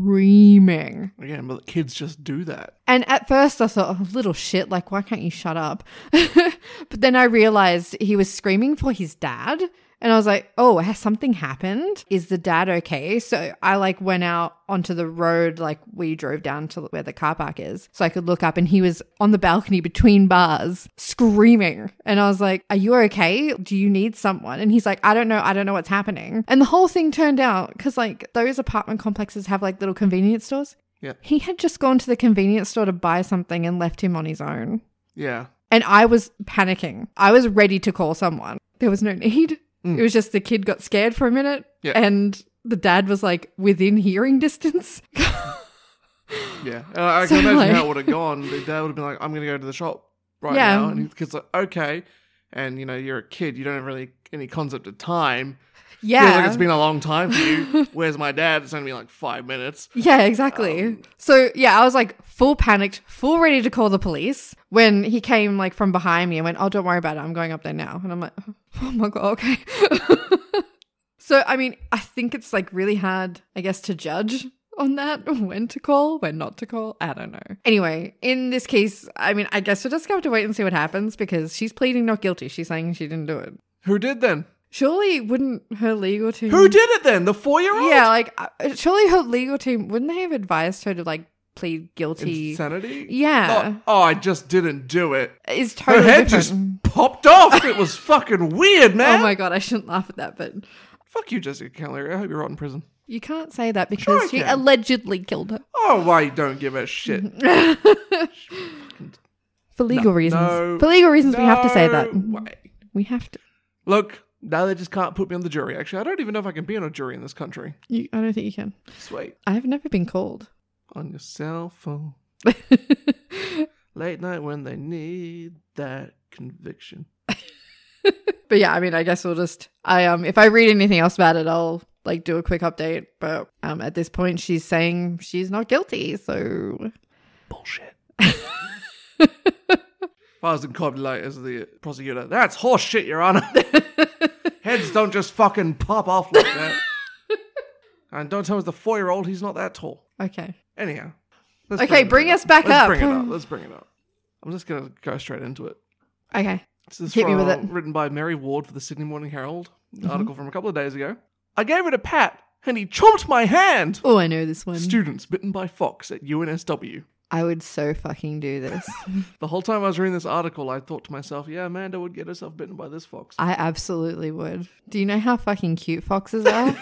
[SPEAKER 1] screaming.
[SPEAKER 2] Again, but kids just do that.
[SPEAKER 1] And at first I thought, oh, little shit, like, why can't you shut up? but then I realized he was screaming for his dad. And I was like, oh, has something happened? Is the dad okay? So I like went out onto the road, like we drove down to where the car park is. So I could look up and he was on the balcony between bars screaming. And I was like, are you okay? Do you need someone? And he's like, I don't know. I don't know what's happening. And the whole thing turned out because like those apartment complexes have like little convenience stores. He had just gone to the convenience store to buy something and left him on his own.
[SPEAKER 2] Yeah.
[SPEAKER 1] And I was panicking. I was ready to call someone. There was no need.
[SPEAKER 2] Mm.
[SPEAKER 1] It was just the kid got scared for a minute
[SPEAKER 2] Yeah.
[SPEAKER 1] and the dad was like within hearing distance.
[SPEAKER 2] Yeah. Uh, I
[SPEAKER 1] So,
[SPEAKER 2] can imagine
[SPEAKER 1] like-
[SPEAKER 2] how it would have gone. The dad would have been like, I'm going to go to the shop right
[SPEAKER 1] Yeah.
[SPEAKER 2] now. And the kid's like, okay. And, you know, you're a kid. You don't have really any concept of time. Feels
[SPEAKER 1] yeah.
[SPEAKER 2] like it's been a long time for you. Where's my dad? It's only been like five minutes.
[SPEAKER 1] yeah, exactly.
[SPEAKER 2] Um,
[SPEAKER 1] so yeah, I was like full panicked, full ready to call the police when he came like from behind me and went, Oh, don't worry about it. I'm going up there now. And I'm like, Oh my God, okay. so, I mean, I think it's like really hard, I guess, to judge on that when to call, when not to call. I don't know. Anyway, in this case, I mean, I guess we'll just have to wait and see what happens because she's pleading not guilty. She's saying she didn't do it.
[SPEAKER 2] Who did then?
[SPEAKER 1] Surely, wouldn't her legal team?
[SPEAKER 2] Who did it then? The four year
[SPEAKER 1] Mm.
[SPEAKER 2] old?
[SPEAKER 1] Yeah, like uh, surely her legal team wouldn't they have advised her to like plead guilty?
[SPEAKER 2] Insanity?
[SPEAKER 1] Yeah,
[SPEAKER 2] Oh, oh, I just didn't do it.
[SPEAKER 1] is
[SPEAKER 2] Her
[SPEAKER 1] totally
[SPEAKER 2] head
[SPEAKER 1] different.
[SPEAKER 2] just popped off. It was fucking weird, man.
[SPEAKER 1] oh my god, I shouldn't laugh at that, but
[SPEAKER 2] Fuck you, Jessica Cavalieri. I hope you're rot in prison.
[SPEAKER 1] you can't say that because
[SPEAKER 2] I
[SPEAKER 1] she
[SPEAKER 2] can.
[SPEAKER 1] allegedly killed her
[SPEAKER 2] Oh, why you don't give a shit?
[SPEAKER 1] for legal reasons.
[SPEAKER 2] no,
[SPEAKER 1] for legal reasons, we have to say that.
[SPEAKER 2] No way.
[SPEAKER 1] We have to.
[SPEAKER 2] Look, now they just can't put me on the jury. Actually, I don't even know if I can be on a jury in this country.
[SPEAKER 1] You, I don't think you can.
[SPEAKER 2] Sweet.
[SPEAKER 1] I've never been called.
[SPEAKER 2] On your cell phone.
[SPEAKER 1] but
[SPEAKER 2] Late night when they need that conviction.
[SPEAKER 1] yeah, I mean, I guess we'll just. I um, if I read anything else about it, I'll like do a quick update. But um, at this point, she's saying she's not guilty, so
[SPEAKER 2] Bullshit. if I was in Cobb Light as the prosecutor, that's horse shit, Your Honor. Heads don't just fucking pop off like that. and don't tell us the four year old, he's not that tall.
[SPEAKER 1] okay.
[SPEAKER 2] Anyhow. let's
[SPEAKER 1] Okay,
[SPEAKER 2] it
[SPEAKER 1] bring us back
[SPEAKER 2] Let's
[SPEAKER 1] up.
[SPEAKER 2] bring it up. Let's bring it up. I'm just going to go straight into it.
[SPEAKER 1] Okay.
[SPEAKER 2] This is
[SPEAKER 1] Hit me
[SPEAKER 2] from,
[SPEAKER 1] with Mm-hmm. it.
[SPEAKER 2] written by Mary Ward for the Sydney Morning Herald. An article from a couple of days ago. I gave it a pat and he chomped my hand.
[SPEAKER 1] Oh, I know this one.
[SPEAKER 2] Students bitten by fox at UNSW.
[SPEAKER 1] I would so fucking do this.
[SPEAKER 2] The whole time I was reading this article, I thought to myself, yeah, Amanda would get herself bitten by this fox.
[SPEAKER 1] I absolutely would. Do you know how fucking cute foxes are?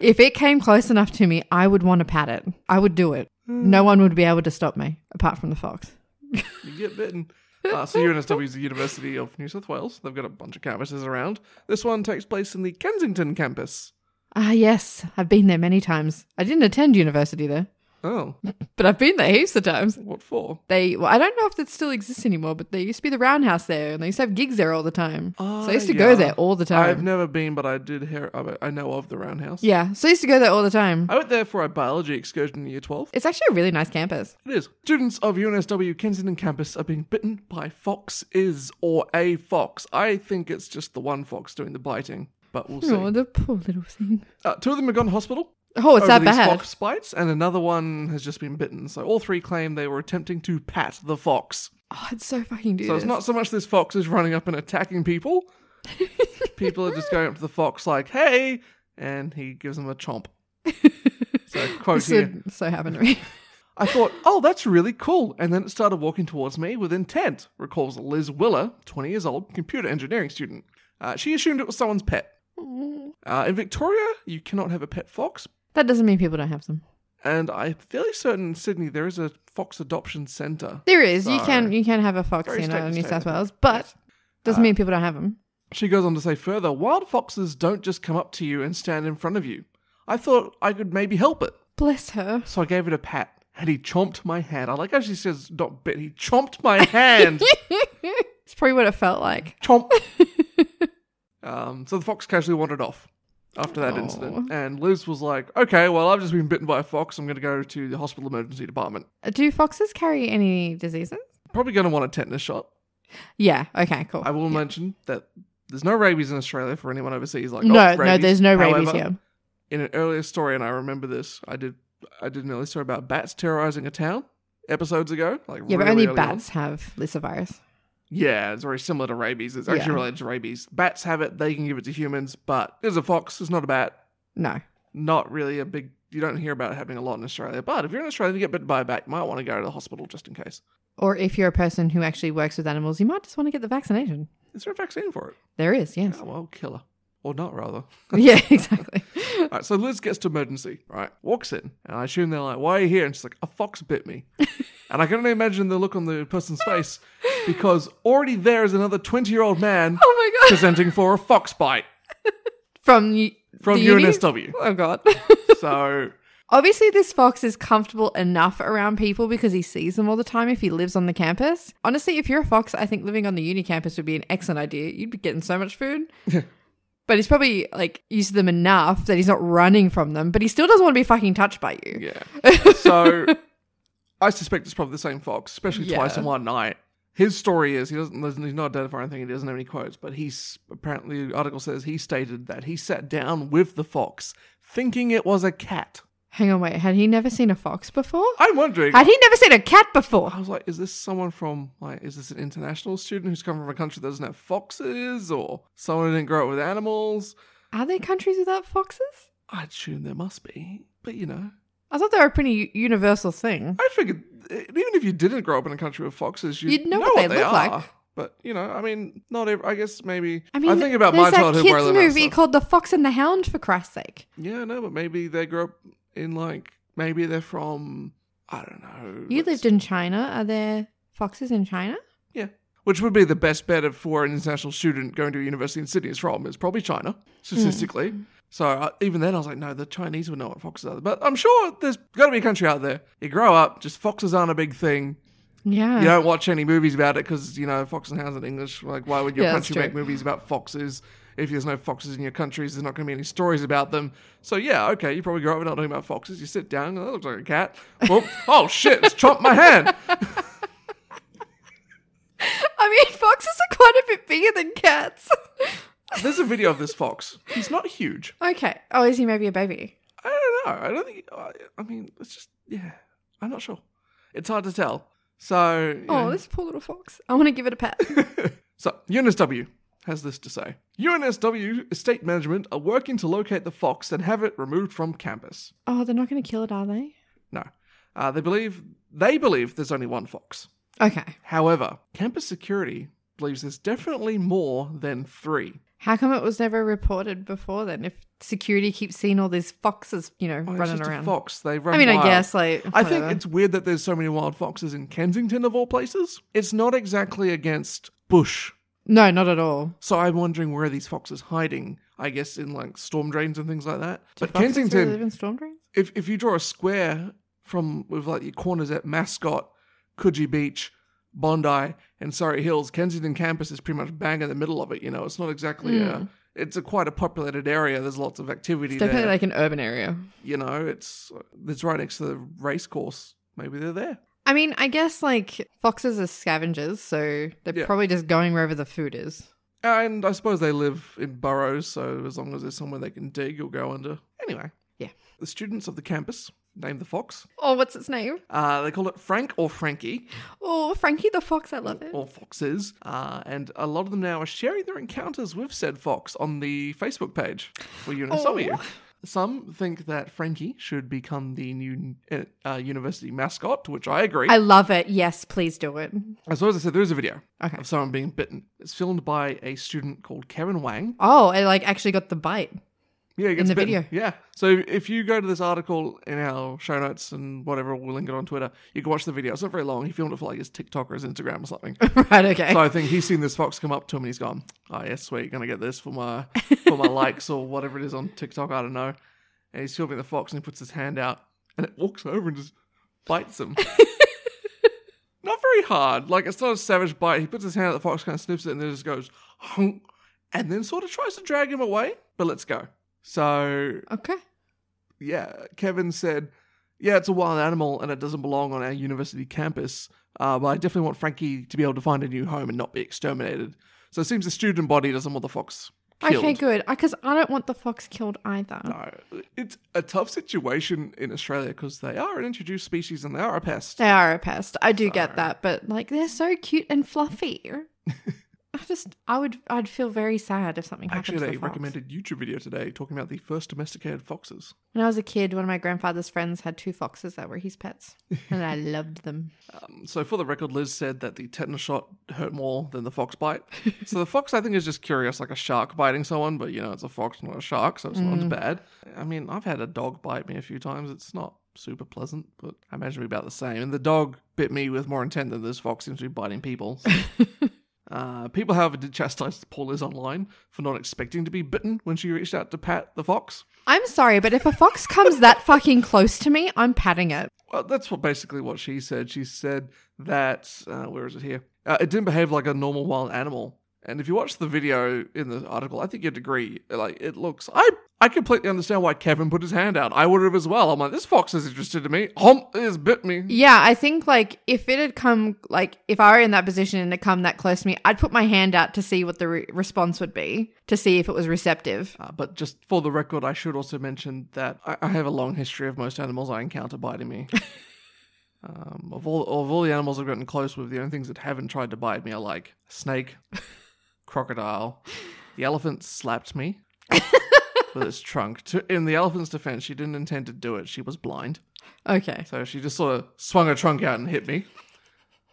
[SPEAKER 1] if it came close enough to me, I would want to pat it. I would do it. No one would be able to stop me apart from the fox.
[SPEAKER 2] You get bitten. Uh, so UNSW is the University of New South Wales. They've got a bunch of campuses around. This one takes place in the Kensington campus.
[SPEAKER 1] Ah, yes. I've been there many times. I didn't attend university there,
[SPEAKER 2] Oh,
[SPEAKER 1] but I've been there heaps of times.
[SPEAKER 2] what for?
[SPEAKER 1] They, well, I don't know if that still exists anymore, but there used to be the roundhouse there and they used to have gigs there all the time. so
[SPEAKER 2] Ah,
[SPEAKER 1] I used to go
[SPEAKER 2] yeah.
[SPEAKER 1] there all the
[SPEAKER 2] I've
[SPEAKER 1] time.
[SPEAKER 2] never been, but I did hear of it. I know of the Roundhouse.
[SPEAKER 1] yeah. So I used to go there all the time.
[SPEAKER 2] I went there for a biology excursion in year 12.
[SPEAKER 1] It's actually a really nice campus.
[SPEAKER 2] It is. Students of UNSW Kensington campus are being bitten by fox is or a fox. I think it's just the one fox doing the biting, but we'll see.
[SPEAKER 1] Oh, the poor little thing.
[SPEAKER 2] Uh, two of them have gone to hospital
[SPEAKER 1] Oh, it's that
[SPEAKER 2] over these
[SPEAKER 1] bad.
[SPEAKER 2] fox bites, and another one has just been bitten. So all three claim they were attempting to pat the fox.
[SPEAKER 1] Oh, it's so fucking do
[SPEAKER 2] So it's not so much this fox is running up and attacking people. people are just going up to the fox like, "Hey," and he gives them a chomp. So quote
[SPEAKER 1] This
[SPEAKER 2] here.
[SPEAKER 1] would so happened to me.
[SPEAKER 2] I thought, oh, that's really cool. And then it started walking towards me with intent, recalls Liz Willer, 20 years old, computer engineering student. Uh, she assumed it was someone's pet. Uh, in Victoria, you cannot have a pet fox.
[SPEAKER 1] that doesn't mean people don't have them.
[SPEAKER 2] And I'm fairly certain in Sydney there is a fox adoption centre.
[SPEAKER 1] There is. You
[SPEAKER 2] So-
[SPEAKER 1] can you can have a fox
[SPEAKER 2] Very
[SPEAKER 1] in
[SPEAKER 2] state
[SPEAKER 1] uh,
[SPEAKER 2] to
[SPEAKER 1] New
[SPEAKER 2] state,
[SPEAKER 1] South
[SPEAKER 2] I think.
[SPEAKER 1] Wales, but
[SPEAKER 2] Yes. Uh,
[SPEAKER 1] doesn't mean people don't have them.
[SPEAKER 2] She goes on to say further wild foxes don't just come up to you and stand in front of you. I thought I could maybe help it.
[SPEAKER 1] Bless her.
[SPEAKER 2] So I gave it a pat, and he chomped my hand. I like how she says, not bit, he chomped my hand.
[SPEAKER 1] it's probably what it felt like.
[SPEAKER 2] chomp. Um, so the fox casually wandered off after that
[SPEAKER 1] Aw.
[SPEAKER 2] incident, and Liz was like, "Okay, well, I've just been bitten by a fox. I'm going to go to the hospital emergency department.
[SPEAKER 1] Do foxes carry any diseases?
[SPEAKER 2] Probably going to want a tetanus shot."
[SPEAKER 1] Yeah. Okay. Cool.
[SPEAKER 2] I will mention that there's no rabies in Australia for anyone overseas. Like,
[SPEAKER 1] no,
[SPEAKER 2] oh,
[SPEAKER 1] no,
[SPEAKER 2] rabies.
[SPEAKER 1] there's no rabies
[SPEAKER 2] However,
[SPEAKER 1] here.
[SPEAKER 2] in an earlier story, and I remember this. I did I did an earlier story about bats terrorizing a town episodes ago. Like
[SPEAKER 1] Yeah, but
[SPEAKER 2] really
[SPEAKER 1] only
[SPEAKER 2] early on.
[SPEAKER 1] bats have lysovirus.
[SPEAKER 2] Yeah, it's very similar to rabies. It's actually
[SPEAKER 1] Yeah.
[SPEAKER 2] related to rabies. Bats have it; they can give it to humans. But there's a fox. It's not a bat.
[SPEAKER 1] No.
[SPEAKER 2] Not really a big. You don't hear about it happening a lot in Australia. But if you're in Australia and you get bitten by a bat, you might want to go to the hospital just in case.
[SPEAKER 1] Or if you're a person who actually works with animals, you might just want to get the vaccination.
[SPEAKER 2] Is there a vaccine for it?
[SPEAKER 1] There is, yes.
[SPEAKER 2] Oh, well, killer. Or not, rather.
[SPEAKER 1] yeah, exactly.
[SPEAKER 2] All right, so Liz gets to emergency, right? Walks in, and I assume they're like, Why are you here? And she's like, A fox bit me. and I can only imagine the look on the person's face because already there is another 20 year old man
[SPEAKER 1] Oh my god.
[SPEAKER 2] presenting for a fox bite
[SPEAKER 1] From y-
[SPEAKER 2] from
[SPEAKER 1] the uni?
[SPEAKER 2] UNSW.
[SPEAKER 1] Oh god.
[SPEAKER 2] So,
[SPEAKER 1] Obviously, this fox is comfortable enough around people because he sees them all the time if he lives on the campus. Honestly, if you're a fox, I think living on the uni campus would be an excellent idea. You'd be getting so much food. but he's probably like used to them enough that he's not running from them, but he still doesn't want to be fucking touched by you.
[SPEAKER 2] yeah. So, I suspect it's probably the same fox, especially twice
[SPEAKER 1] Yeah.
[SPEAKER 2] in one night. His story is he doesn't, doesn't- he's not identifying anything, he doesn't have any quotes, but he's apparently, the article says he stated that he sat down with the fox thinking it was a cat.
[SPEAKER 1] Hang on, wait. Had he never seen a fox before?
[SPEAKER 2] I'm wondering.
[SPEAKER 1] Had he never seen a cat before?
[SPEAKER 2] I was like, is this someone from like is this an international student who's come from a country that doesn't have foxes or someone who didn't grow up with animals?
[SPEAKER 1] Are there countries without foxes?
[SPEAKER 2] I assume there must be. But you know.
[SPEAKER 1] I thought they were a pretty u- universal thing.
[SPEAKER 2] I figured eh, even if you didn't grow up in a country with foxes, you'd,
[SPEAKER 1] You'd know what they look like.
[SPEAKER 2] But you know, I mean, not every, I guess maybe
[SPEAKER 1] I mean,
[SPEAKER 2] I think about
[SPEAKER 1] there's
[SPEAKER 2] my
[SPEAKER 1] that
[SPEAKER 2] childhood where I
[SPEAKER 1] kids
[SPEAKER 2] live
[SPEAKER 1] movie called The Fox and the Hound for Christ's sake.
[SPEAKER 2] Yeah, no, but maybe they grew up in like maybe they're from I don't know.
[SPEAKER 1] You
[SPEAKER 2] let's-
[SPEAKER 1] lived in China. Are there foxes in China?
[SPEAKER 2] which would be the best bet of- for an international student going to a university in Sydney is from, is probably China, statistically.
[SPEAKER 1] Hmm.
[SPEAKER 2] So uh, even then, I was like, no, the Chinese would know what foxes are. But I'm sure there's got to be a country out there. You grow up, just foxes aren't a big thing.
[SPEAKER 1] Yeah.
[SPEAKER 2] You don't watch any movies about it because, you know, fox and hounds in English. Like, why would your
[SPEAKER 1] Yeah, that's
[SPEAKER 2] country
[SPEAKER 1] true.
[SPEAKER 2] make movies about foxes? If there's no foxes in your countries, there's not going to be any stories about them. So, yeah, okay, you probably grow up not knowing about foxes. You sit down, oh, that looks like a cat. Well, oh, shit, it's chomped my hand.
[SPEAKER 1] I mean, foxes are quite a bit bigger than cats.
[SPEAKER 2] There's a video of this fox. He's not huge.
[SPEAKER 1] okay. Oh, is he maybe a baby?
[SPEAKER 2] I don't know. I don't think. I, I mean, it's just yeah. I'm not sure. It's hard to tell. So you
[SPEAKER 1] Oh,
[SPEAKER 2] know.
[SPEAKER 1] this poor little fox. I want to give it a pat.
[SPEAKER 2] so UNSW has this to say: UNSW estate management are working to locate the fox and have it removed from campus.
[SPEAKER 1] oh, they're not going to kill it, are they?
[SPEAKER 2] No, uh, they believe they believe there's only one fox.
[SPEAKER 1] Okay.
[SPEAKER 2] However, campus security believes there's definitely more than three.
[SPEAKER 1] How come it was never reported before then? If security keeps seeing all these foxes, you know,
[SPEAKER 2] Oh, it's
[SPEAKER 1] running
[SPEAKER 2] just a
[SPEAKER 1] around.
[SPEAKER 2] fox. They run.
[SPEAKER 1] I mean, I
[SPEAKER 2] wild.
[SPEAKER 1] guess like
[SPEAKER 2] I think
[SPEAKER 1] whatever.
[SPEAKER 2] it's weird that there's so many wild foxes in Kensington of all places. It's not exactly against bush.
[SPEAKER 1] no, not at all.
[SPEAKER 2] So I'm wondering where are these foxes hiding? I guess in like storm drains and things like that.
[SPEAKER 1] Do
[SPEAKER 2] but
[SPEAKER 1] foxes really
[SPEAKER 2] Kensington,
[SPEAKER 1] live in storm drains?
[SPEAKER 2] if if you draw a square from with like your corners at Mascot, Coogee Beach, Bondi, and Surrey Hills, Kensington campus is pretty much bang in the middle of it. You know, it's not exactly
[SPEAKER 1] Hmm.
[SPEAKER 2] a. It's a quite a populated area. There's lots of activity
[SPEAKER 1] It's
[SPEAKER 2] there.
[SPEAKER 1] definitely like an urban area.
[SPEAKER 2] you know, it's it's right next to the race course. Maybe they're there.
[SPEAKER 1] I mean, I guess like foxes are scavengers, so they're
[SPEAKER 2] Yeah.
[SPEAKER 1] probably just going wherever the food is.
[SPEAKER 2] And I suppose they live in burrows, so as long as there's somewhere they can dig, you'll go under. Anyway.
[SPEAKER 1] Yeah.
[SPEAKER 2] The students of the campus, named the Fox,
[SPEAKER 1] Oh, what's its name?
[SPEAKER 2] uh, they call it Frank or Frankie,
[SPEAKER 1] Oh, Frankie the Fox. I love it.
[SPEAKER 2] or Foxes, uh, and a lot of them now are sharing their encounters with said Fox on the Facebook page for UNSW.
[SPEAKER 1] Aw.
[SPEAKER 2] Some think that Frankie should become the new uh, uh, university mascot, to which I agree.
[SPEAKER 1] I love it. Yes, please do it.
[SPEAKER 2] As well as I said, there is a video
[SPEAKER 1] Okay.
[SPEAKER 2] of someone being bitten. It's filmed by a student called Kevin Wang,
[SPEAKER 1] Oh, I like actually got the bite.
[SPEAKER 2] Yeah, it
[SPEAKER 1] in
[SPEAKER 2] gets
[SPEAKER 1] the
[SPEAKER 2] bitten.
[SPEAKER 1] video.
[SPEAKER 2] Yeah. So if- if you go to this article in our show notes and whatever, we'll link it on Twitter. You can watch the video. It's not very long. He filmed it for like his TikTok or his Instagram or something.
[SPEAKER 1] right. Okay.
[SPEAKER 2] so I think he's seen this fox come up to him and he's gone, "Oh yeah, sweet, gonna get this for my for my likes or whatever it is on TikTok. I don't know." And he's filming the fox and he puts his hand out and it walks over and just bites him. not very hard. Like it's not a savage bite. He puts his hand at the fox, kind of sniffs it, and then just goes honk and then sort of tries to drag him away, but let's go. So,
[SPEAKER 1] Okay.
[SPEAKER 2] yeah, Kevin said, yeah, it's a wild animal and it doesn't belong on our university campus, uh, but I definitely want Frankie to be able to find a new home and not be exterminated. So it seems the student body doesn't want the fox killed.
[SPEAKER 1] Okay, good. Because I don't want the fox killed either.
[SPEAKER 2] No, it's a tough situation in Australia because they are an introduced species and they are a pest.
[SPEAKER 1] They are a pest. I do get that, but like they're so cute and fluffy. I just, I would, I'd feel very sad if something happened
[SPEAKER 2] Actually,
[SPEAKER 1] to
[SPEAKER 2] they
[SPEAKER 1] the fox.
[SPEAKER 2] recommended YouTube video today talking about the first domesticated foxes.
[SPEAKER 1] When I was a kid, one of my grandfather's friends had two foxes that were his pets, and I loved them.
[SPEAKER 2] Um, so, for the record, Liz said that the tetanus shot hurt more than the fox bite. so, the fox, I think, is just curious, like a shark biting someone, but you know, it's a fox, not a shark, so it's not as bad. I mean, I've had a dog bite me a few times. It's not super pleasant, but I imagine it'd be about the same. And the dog bit me with more intent than this fox seems to be biting people. so- Uh, people, however, did chastise poor Liz online for not expecting to be bitten when she reached out to pat the fox.
[SPEAKER 1] I'm sorry, but if a fox comes that fucking close to me, I'm patting it.
[SPEAKER 2] Well, that's what basically what she said. She said that uh, where is it here? Uh, it didn't behave like a normal wild animal. And if you watch the video in the article, I think you'd agree. Like it looks, I I completely understand why Kevin put his hand out. I would have as well. I'm like, this fox is interested in me. Hump, it has bit me.
[SPEAKER 1] Yeah, I think like if it had come, like if I were in that position and it come that close to me, I'd put my hand out to see what the re- response would be, to see if it was receptive.
[SPEAKER 2] Uh, but just for the record, I should also mention that I, I have a long history of most animals I encounter biting me. um, of all of all the animals I've gotten close with, the only things that haven't tried to bite me are like snake, crocodile. The elephant slapped me with its trunk. To, in the elephant's defense, she didn't intend to do it. She was blind,
[SPEAKER 1] Okay.
[SPEAKER 2] so she just sort of swung her trunk out and hit me.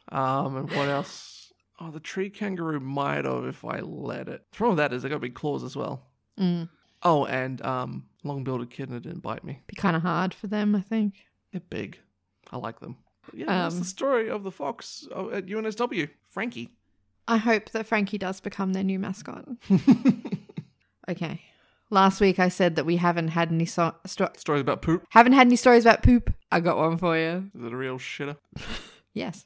[SPEAKER 2] Um, and what else? Oh, the tree kangaroo might have if I let it. The problem with that is they got big claws as well.
[SPEAKER 1] Mm.
[SPEAKER 2] Oh, and um, long-billed echidna didn't bite me.
[SPEAKER 1] Be kind of hard for them, I think.
[SPEAKER 2] They're big. I like them. But yeah, that's
[SPEAKER 1] Um,
[SPEAKER 2] the story of the fox uh, at UNSW. Frankie.
[SPEAKER 1] I hope that Frankie does become their new mascot. Okay. Last week I said that we haven't had any so- sto-
[SPEAKER 2] Stories about poop.
[SPEAKER 1] haven't had any stories about poop. I got one for you.
[SPEAKER 2] Is it a real shitter?
[SPEAKER 1] Yes.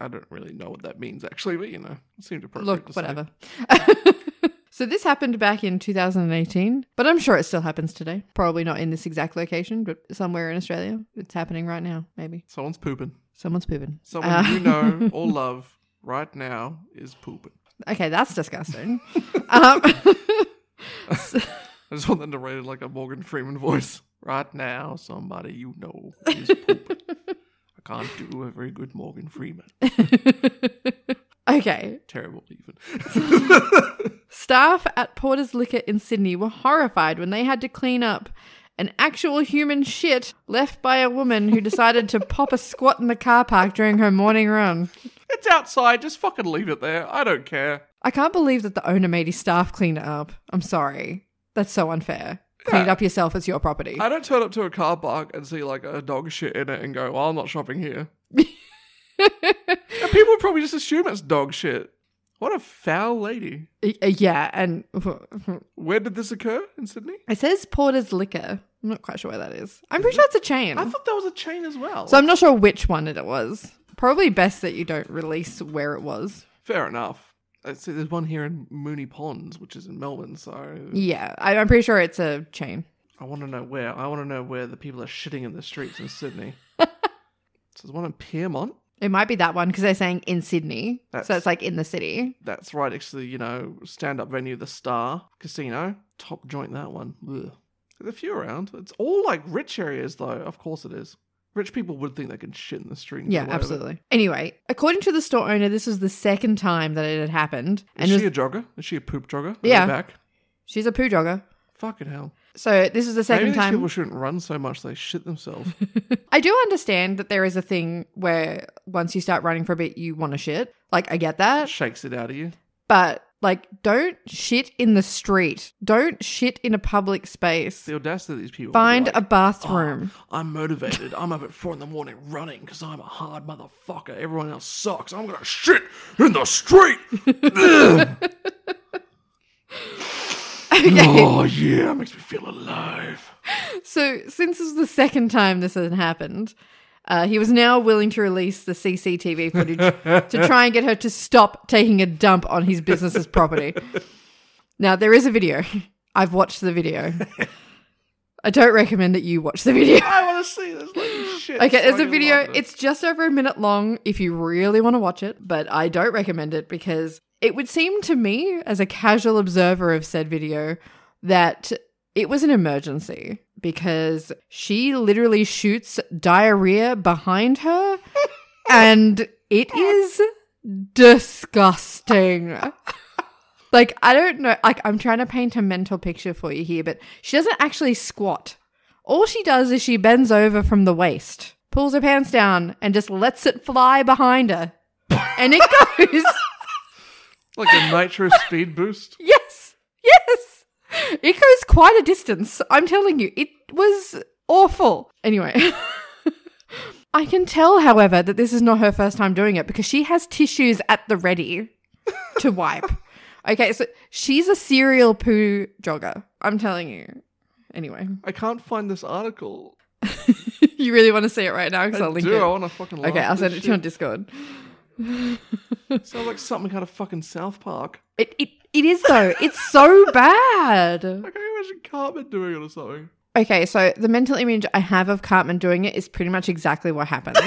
[SPEAKER 2] I don't really know what that means actually, but you know, it seemed appropriate. to
[SPEAKER 1] Look,
[SPEAKER 2] say.
[SPEAKER 1] whatever. so this happened back in 2018, but I'm sure it still happens today. Probably not in this exact location, but somewhere in Australia. It's happening right now, maybe.
[SPEAKER 2] Someone's pooping.
[SPEAKER 1] Someone's pooping.
[SPEAKER 2] Someone
[SPEAKER 1] Uh,
[SPEAKER 2] you know or love right now is pooping.
[SPEAKER 1] Okay, that's disgusting. um,
[SPEAKER 2] I just want them to write it like a Morgan Freeman voice. Right now, somebody you know is pooping. I can't do a very good Morgan Freeman.
[SPEAKER 1] okay.
[SPEAKER 2] Terrible even.
[SPEAKER 1] Staff at Porter's Liquor in Sydney were horrified when they had to clean up an actual human shit left by a woman who decided to pop a squat in the car park during her morning run.
[SPEAKER 2] It's outside. Just fucking leave it there. I don't care.
[SPEAKER 1] I can't believe that the owner made his staff clean it up. I'm sorry. That's so unfair. Clean it up yourself, it's your property.
[SPEAKER 2] I don't turn up to a car park and see like a dog shit in it and go, "Well, I'm not shopping here." and people would probably just assume it's dog shit. What a foul lady.
[SPEAKER 1] Y- uh, yeah, and
[SPEAKER 2] Where did this occur in Sydney?
[SPEAKER 1] it says Porter's Liquor. I'm not quite sure where that is. I'm pretty sure it's a chain.
[SPEAKER 2] I thought that was a chain as well.
[SPEAKER 1] So I'm not sure which one it was. Probably best that you don't release where it was.
[SPEAKER 2] Fair enough. I see there's one here in Mooney Ponds, which is in Melbourne. So
[SPEAKER 1] Yeah, I- I'm pretty sure it's a chain.
[SPEAKER 2] I want to know where. I want to know where the people are shitting in the streets in Sydney. so there's one in Piermont.
[SPEAKER 1] It might be that one because they're saying in Sydney. so
[SPEAKER 2] That's-
[SPEAKER 1] it's like in the city.
[SPEAKER 2] That's right next to the, you know, stand up venue, the Star Casino. Top joint, that one. Ugh. There's a few around. It's all like rich areas, though. Of course it is. Rich people would think they can shit in the street. and get
[SPEAKER 1] Yeah,
[SPEAKER 2] away with it.
[SPEAKER 1] absolutely. Anyway, according to the store owner, this was the second time that it had happened. And
[SPEAKER 2] Is
[SPEAKER 1] it
[SPEAKER 2] she
[SPEAKER 1] was-
[SPEAKER 2] a jogger? Is she a poop jogger? Are they
[SPEAKER 1] Yeah.
[SPEAKER 2] Back?
[SPEAKER 1] she's a poo jogger.
[SPEAKER 2] Fucking hell.
[SPEAKER 1] So this is the
[SPEAKER 2] Maybe
[SPEAKER 1] second
[SPEAKER 2] these
[SPEAKER 1] time.
[SPEAKER 2] people shouldn't run so much they shit themselves.
[SPEAKER 1] I do understand that there is a thing where once you start running for a bit, you want to shit. Like, I get
[SPEAKER 2] It
[SPEAKER 1] that.
[SPEAKER 2] shakes it out of you.
[SPEAKER 1] But, like, don't shit in the street. Don't shit in a public space.
[SPEAKER 2] The audacity of these people. would be
[SPEAKER 1] Find
[SPEAKER 2] like, oh.
[SPEAKER 1] a bathroom.
[SPEAKER 2] I'm motivated. I'm up at four in the morning running because I'm a hard motherfucker. Everyone else sucks. I'm gonna shit in the street. Ugh. Oh yeah, makes me feel alive.
[SPEAKER 1] So, since this is the second time this had happened, uh, he was now willing to release the CCTV footage to try and get her to stop taking a dump on his business's property. Now there is a video. I've watched the video. I don't recommend that you watch the video.
[SPEAKER 2] I want to see this like shit.
[SPEAKER 1] Okay, there's a
[SPEAKER 2] fucking
[SPEAKER 1] video.
[SPEAKER 2] love it.
[SPEAKER 1] It's just over a minute long if you really want to watch it, but I don't recommend it because it would seem to me, as a casual observer of said video, that it was an emergency because she literally shoots diarrhea behind her and it is disgusting. Like, I don't know. Like, I'm trying to paint a mental picture for you here, but she doesn't actually squat. All she does is she bends over from the waist, pulls her pants down, and just lets it fly behind her. And it goes,
[SPEAKER 2] like a nitro speed boost.
[SPEAKER 1] yes, yes. It goes quite a distance. I'm telling you, it was awful. Anyway. I can tell, however, that this is not her first time doing it because she has tissues at the ready to wipe. okay, so she's a serial poo jogger. I'm telling you. Anyway,
[SPEAKER 2] I can't find this article.
[SPEAKER 1] you really want to see it right now because
[SPEAKER 2] I
[SPEAKER 1] I'll link
[SPEAKER 2] do. I
[SPEAKER 1] it.
[SPEAKER 2] want to fucking.
[SPEAKER 1] Okay, I'll
[SPEAKER 2] laugh this
[SPEAKER 1] send it to you on
[SPEAKER 2] shit.
[SPEAKER 1] Discord.
[SPEAKER 2] Sounds like something out of fucking South Park.
[SPEAKER 1] It, it, it is though. It's so bad.
[SPEAKER 2] Like, I can imagine Cartman doing it or something.
[SPEAKER 1] Okay, so the mental image I have of Cartman doing it is pretty much exactly what happens.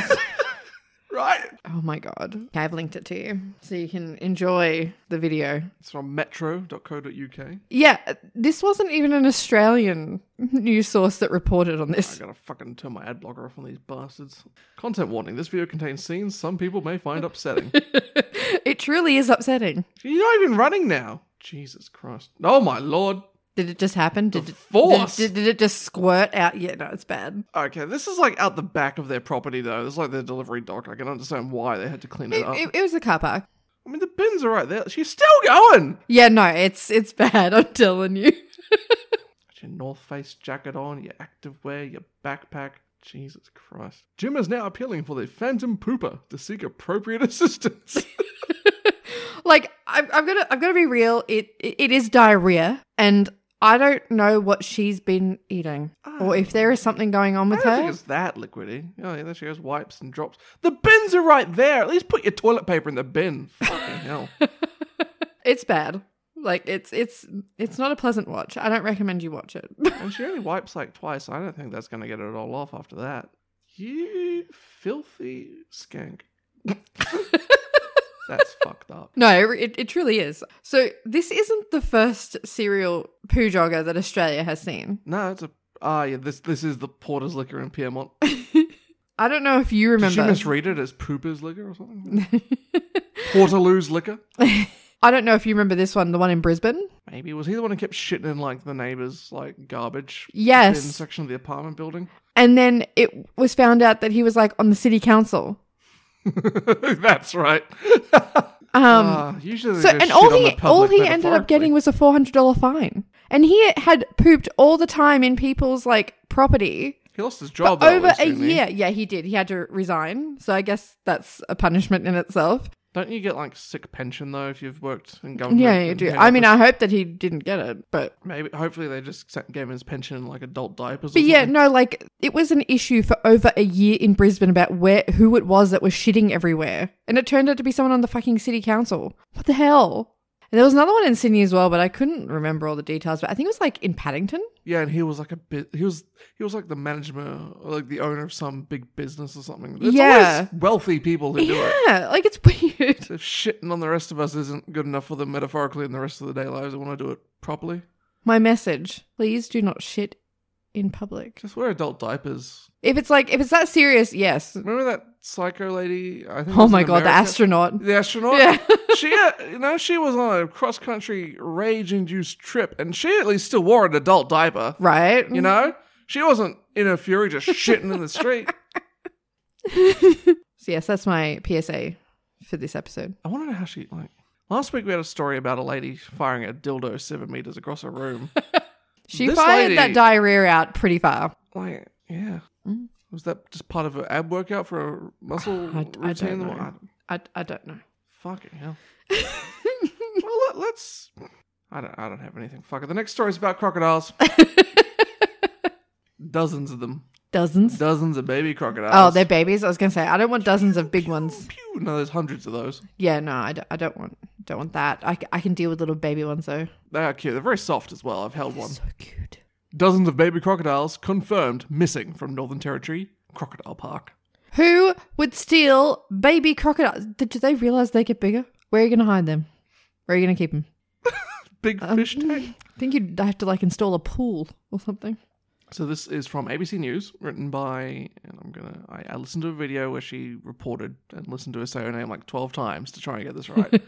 [SPEAKER 2] Right?
[SPEAKER 1] oh my god. Okay, I've linked it to you so you can enjoy the video.
[SPEAKER 2] It's from metro.co.uk. I
[SPEAKER 1] Yeah, this wasn't even an Australian news source that reported on this.
[SPEAKER 2] gotta fucking turn my ad blocker off on these bastards. Content warning this video contains scenes some people may find upsetting.
[SPEAKER 1] it truly is upsetting.
[SPEAKER 2] You're not even running now. Jesus Christ. Oh my lord.
[SPEAKER 1] Did it just happen? Did it,
[SPEAKER 2] force.
[SPEAKER 1] Did, did it just squirt out? Yeah, no, it's bad.
[SPEAKER 2] Okay, this is like out the back of their property though. This is like their delivery dock. I can understand why they had to clean it,
[SPEAKER 1] It,
[SPEAKER 2] up.
[SPEAKER 1] it, it was a car park.
[SPEAKER 2] I mean, the bins are right there. She's still going.
[SPEAKER 1] Yeah, no, it's it's bad. I'm telling you.
[SPEAKER 2] Got your North Face jacket on, your active wear, your backpack. Jesus Christ. Jim is now appealing for the Phantom Pooper to seek appropriate assistance.
[SPEAKER 1] Like I'm, I'm gonna I'm gonna be real. It, it it is diarrhea, and I don't know what she's been eating, or if there is something going on
[SPEAKER 2] Oh. I
[SPEAKER 1] with
[SPEAKER 2] don't think
[SPEAKER 1] her.
[SPEAKER 2] it's that liquidy. Oh, yeah, there she goes, wipes and drops. The bins are right there. At least put your toilet paper in the bin. Fucking hell.
[SPEAKER 1] It's bad. Like it's it's it's not a pleasant watch. I don't recommend you watch it.
[SPEAKER 2] And she only wipes like twice. I don't think that's going to get it all off after that. You filthy skank. that's fucked up.
[SPEAKER 1] no, it it truly is. So this isn't the first serial poo jogger that Australia has seen.
[SPEAKER 2] No, it's a. Ah, yeah, this this is the Porter's Liquor in Piermont.
[SPEAKER 1] I don't know if you
[SPEAKER 2] Did she
[SPEAKER 1] remember.
[SPEAKER 2] misread it as Pooper's Liquor or something? Portaloo's Liquor?
[SPEAKER 1] I don't know if you remember this one, the one in Brisbane.
[SPEAKER 2] Maybe. Was he the one who kept shitting in like the neighbor's like garbage bin
[SPEAKER 1] Yes.
[SPEAKER 2] section of the apartment building?
[SPEAKER 1] And then it was found out that he was like on the city council.
[SPEAKER 2] That's right.
[SPEAKER 1] Um,
[SPEAKER 2] Ah, usually they
[SPEAKER 1] so
[SPEAKER 2] just
[SPEAKER 1] and all
[SPEAKER 2] shit on
[SPEAKER 1] he
[SPEAKER 2] the
[SPEAKER 1] all
[SPEAKER 2] public
[SPEAKER 1] he ended up
[SPEAKER 2] metaphorically.
[SPEAKER 1] getting was a four hundred dollar fine, and he had pooped all the time in people's like property
[SPEAKER 2] He lost his
[SPEAKER 1] for
[SPEAKER 2] job though, at
[SPEAKER 1] over
[SPEAKER 2] least,
[SPEAKER 1] a
[SPEAKER 2] Oh, didn't he?
[SPEAKER 1] year. Yeah, he did. He had to resign. So I guess that's a punishment in itself.
[SPEAKER 2] Don't you get like sick pension though if you've worked in government?
[SPEAKER 1] yeah, you
[SPEAKER 2] and
[SPEAKER 1] do.
[SPEAKER 2] head
[SPEAKER 1] I mean,
[SPEAKER 2] office?
[SPEAKER 1] I hope that he didn't get it, but
[SPEAKER 2] maybe hopefully they just sent- gave him his pension in like adult diapers.
[SPEAKER 1] But
[SPEAKER 2] or
[SPEAKER 1] yeah,
[SPEAKER 2] something.
[SPEAKER 1] no, like it was an issue for over a year in Brisbane about where who it was that was shitting everywhere, and it turned out to be someone on the fucking city council. What the hell? And there was another one in Sydney as well, but I couldn't remember all the details. But I think it was like in Paddington.
[SPEAKER 2] yeah, and he was like a bit. He was he was like the manager, or like the owner of some big business or something. It's
[SPEAKER 1] Yeah.
[SPEAKER 2] always wealthy people who do it.
[SPEAKER 1] Yeah, like it's weird.
[SPEAKER 2] So if shitting on the rest of us isn't good enough for them metaphorically in the rest of the day lives, I want to do it properly.
[SPEAKER 1] My message: Please do not shit in public.
[SPEAKER 2] Just wear adult diapers.
[SPEAKER 1] If it's like if it's that serious, yes.
[SPEAKER 2] Remember that psycho lady? I think it
[SPEAKER 1] Oh
[SPEAKER 2] was
[SPEAKER 1] my
[SPEAKER 2] in
[SPEAKER 1] god, the
[SPEAKER 2] America?
[SPEAKER 1] astronaut.
[SPEAKER 2] The astronaut.
[SPEAKER 1] Yeah.
[SPEAKER 2] she, uh, you know, she was on a cross-country rage-induced trip, and she at least still wore an adult diaper.
[SPEAKER 1] Right.
[SPEAKER 2] You know, she wasn't in a fury just shitting in the street.
[SPEAKER 1] So yes, that's my PSA for this episode.
[SPEAKER 2] I want to know how she like. Last week we had a story about a lady firing a dildo seven meters across a room.
[SPEAKER 1] She
[SPEAKER 2] This
[SPEAKER 1] fired
[SPEAKER 2] lady-
[SPEAKER 1] that diarrhea out pretty far.
[SPEAKER 2] like, yeah.
[SPEAKER 1] Mm.
[SPEAKER 2] Was that just part of her ab workout for a muscle
[SPEAKER 1] I- I don't
[SPEAKER 2] routine?
[SPEAKER 1] know.
[SPEAKER 2] Well, I-
[SPEAKER 1] I, I don't know.
[SPEAKER 2] Fucking hell. well, let, let's. I don't. I don't have anything. Fuck it. The next story is about crocodiles. Dozens of them.
[SPEAKER 1] Dozens.
[SPEAKER 2] Dozens of baby crocodiles.
[SPEAKER 1] Oh, they're babies. I was gonna say I don't want dozens of big ones.
[SPEAKER 2] Pew! No, there's hundreds of those.
[SPEAKER 1] Yeah, no, I don't, I don't want Don't want that. I, c- I can deal with little baby ones though.
[SPEAKER 2] They are cute. They're very soft as well. I've held one.
[SPEAKER 1] So cute.
[SPEAKER 2] Dozens of baby crocodiles confirmed missing from Northern Territory Crocodile Park.
[SPEAKER 1] Who would steal baby crocodiles? Did, do they realize they get bigger? Where are you going to hide them? Where are you going to keep them?
[SPEAKER 2] Big
[SPEAKER 1] Um,
[SPEAKER 2] fish tank.
[SPEAKER 1] I think you'd have to like install a pool or something.
[SPEAKER 2] So this is from ABC News, written by, and I'm gonna, I, I listened to a video where she reported and listened to her say her name like 12 times to try and get this right.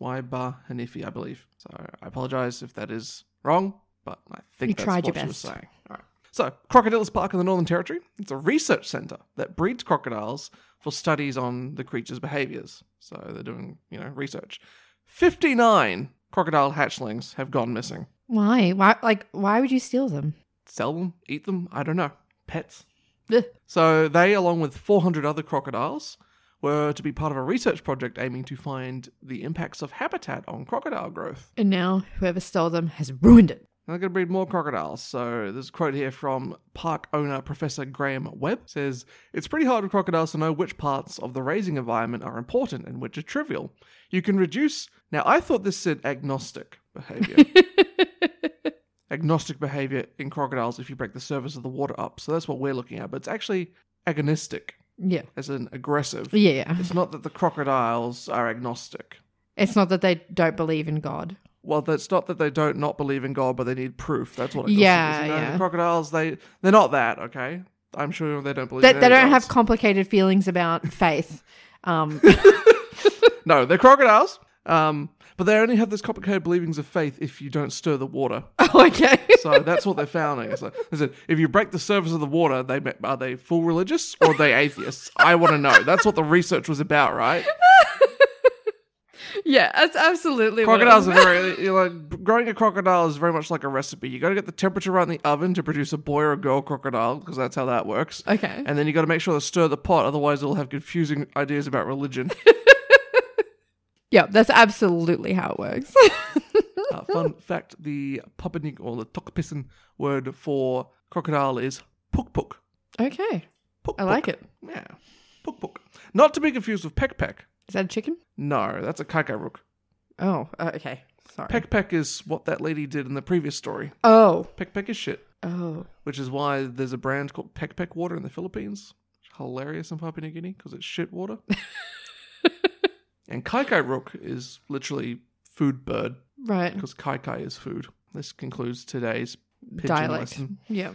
[SPEAKER 2] Waiba Hanifi, I believe. So I apologize if that is wrong, but I think
[SPEAKER 1] You
[SPEAKER 2] that's
[SPEAKER 1] tried
[SPEAKER 2] what
[SPEAKER 1] your
[SPEAKER 2] she was
[SPEAKER 1] best.
[SPEAKER 2] saying. All right. So Crocodiles Park in the Northern Territory, it's a research center that breeds crocodiles for studies on the creature's behaviors. So they're doing, you know, research. 59 crocodile hatchlings have gone missing.
[SPEAKER 1] Why? Why? Like, why would you steal them?
[SPEAKER 2] Sell them, eat them, I don't know. Pets.
[SPEAKER 1] Ugh.
[SPEAKER 2] So they, along with 400 other crocodiles, were to be part of a research project aiming to find the impacts of habitat on crocodile growth.
[SPEAKER 1] And now whoever stole them has ruined it.
[SPEAKER 2] They're going to breed more crocodiles. So there's a quote here from park owner Professor Graham Webb It says, "It's pretty hard for crocodiles to know which parts of the raising environment are important and which are trivial. You can reduce. Now I thought this said agnostic behavior. agnostic behavior in crocodiles if you break the surface of the water up. So that's what we're looking at, but it's actually agonistic
[SPEAKER 1] Yeah.
[SPEAKER 2] as in aggressive.
[SPEAKER 1] Yeah. yeah.
[SPEAKER 2] It's not that the crocodiles are agnostic.
[SPEAKER 1] It's not that they don't believe in God.
[SPEAKER 2] Well, that's not that they don't not believe in God, but they need proof. That's what. It
[SPEAKER 1] Yeah,
[SPEAKER 2] is.
[SPEAKER 1] yeah.
[SPEAKER 2] The crocodiles, they they're not that. Okay, I'm sure they don't believe.
[SPEAKER 1] That
[SPEAKER 2] in
[SPEAKER 1] they
[SPEAKER 2] any
[SPEAKER 1] don't have
[SPEAKER 2] gods.
[SPEAKER 1] complicated feelings about faith. Um,
[SPEAKER 2] no, they're crocodiles. Um, but they only have this complicated believings of faith if you don't stir the water.
[SPEAKER 1] oh, okay.
[SPEAKER 2] So that's what they're founding. It's like, is it, if you break the surface of the water, they are they full religious or are they atheists? I want to know. That's what the research was about, right?
[SPEAKER 1] yeah, that's absolutely. what it
[SPEAKER 2] Crocodiles
[SPEAKER 1] was.
[SPEAKER 2] are very you know, like growing a crocodile is very much like a recipe. You got to get the temperature right in the oven to produce a boy or a girl crocodile because that's how that works.
[SPEAKER 1] Okay.
[SPEAKER 2] And then you got to make sure to stir the pot, otherwise it'll have confusing ideas about religion.
[SPEAKER 1] yeah, that's absolutely how it works.
[SPEAKER 2] uh, fun fact: the Papanik or the Tokpisin word for crocodile is puk puk.
[SPEAKER 1] okay.
[SPEAKER 2] Puk.
[SPEAKER 1] I like it.
[SPEAKER 2] Yeah, puk puk. Not to be confused with peck peck.
[SPEAKER 1] Is that a chicken?
[SPEAKER 2] No, that's a kakaruk.
[SPEAKER 1] Oh, uh, okay. Sorry.
[SPEAKER 2] Peck peck is what that lady did in the previous story.
[SPEAKER 1] oh.
[SPEAKER 2] Peck peck is shit.
[SPEAKER 1] Oh.
[SPEAKER 2] which is why there's a brand called Peck Peck Water in the Philippines. Hilarious in Papua New Guinea because it's shit water. and Kai Kai Rook is literally food bird
[SPEAKER 1] Right.
[SPEAKER 2] because Kai Kai is food. This concludes today's pigeon
[SPEAKER 1] Dialect.
[SPEAKER 2] lesson.
[SPEAKER 1] Yeah.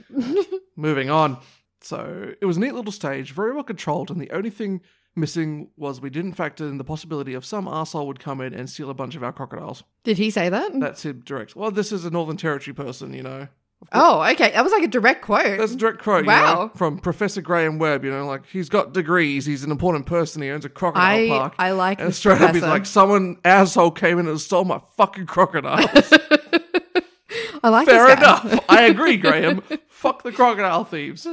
[SPEAKER 2] Moving on. So it was a neat little stage, very well controlled, and the only thing missing was we didn't factor in the possibility of some arsehole would come in and steal a bunch of our crocodiles.
[SPEAKER 1] Did he say that?
[SPEAKER 2] That's him direct. Well, this is a Northern Territory person, you know.
[SPEAKER 1] oh, okay. That was like a direct quote.
[SPEAKER 2] That's a direct quote, you know,
[SPEAKER 1] Wow.
[SPEAKER 2] from Professor Graham Webb. You know, like he's got degrees, he's an important person, he owns a crocodile
[SPEAKER 1] I
[SPEAKER 2] park.
[SPEAKER 1] I like
[SPEAKER 2] and
[SPEAKER 1] this
[SPEAKER 2] straight up, he's
[SPEAKER 1] professor.
[SPEAKER 2] like, someone asshole came in and stole my fucking crocodile.
[SPEAKER 1] I like
[SPEAKER 2] Fair
[SPEAKER 1] this guy.
[SPEAKER 2] enough. I agree, Graham. Fuck the crocodile thieves.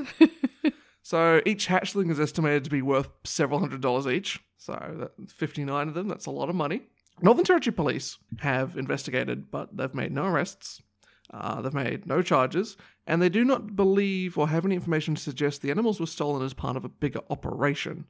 [SPEAKER 2] So each hatchling is estimated to be worth several hundred dollars each. So that, 59 of them, that's a lot of money. Northern Territory Police have investigated, but they've made no arrests. Uh, they've made no charges, and they do not believe or have any information to suggest the animals were stolen as part of a bigger operation.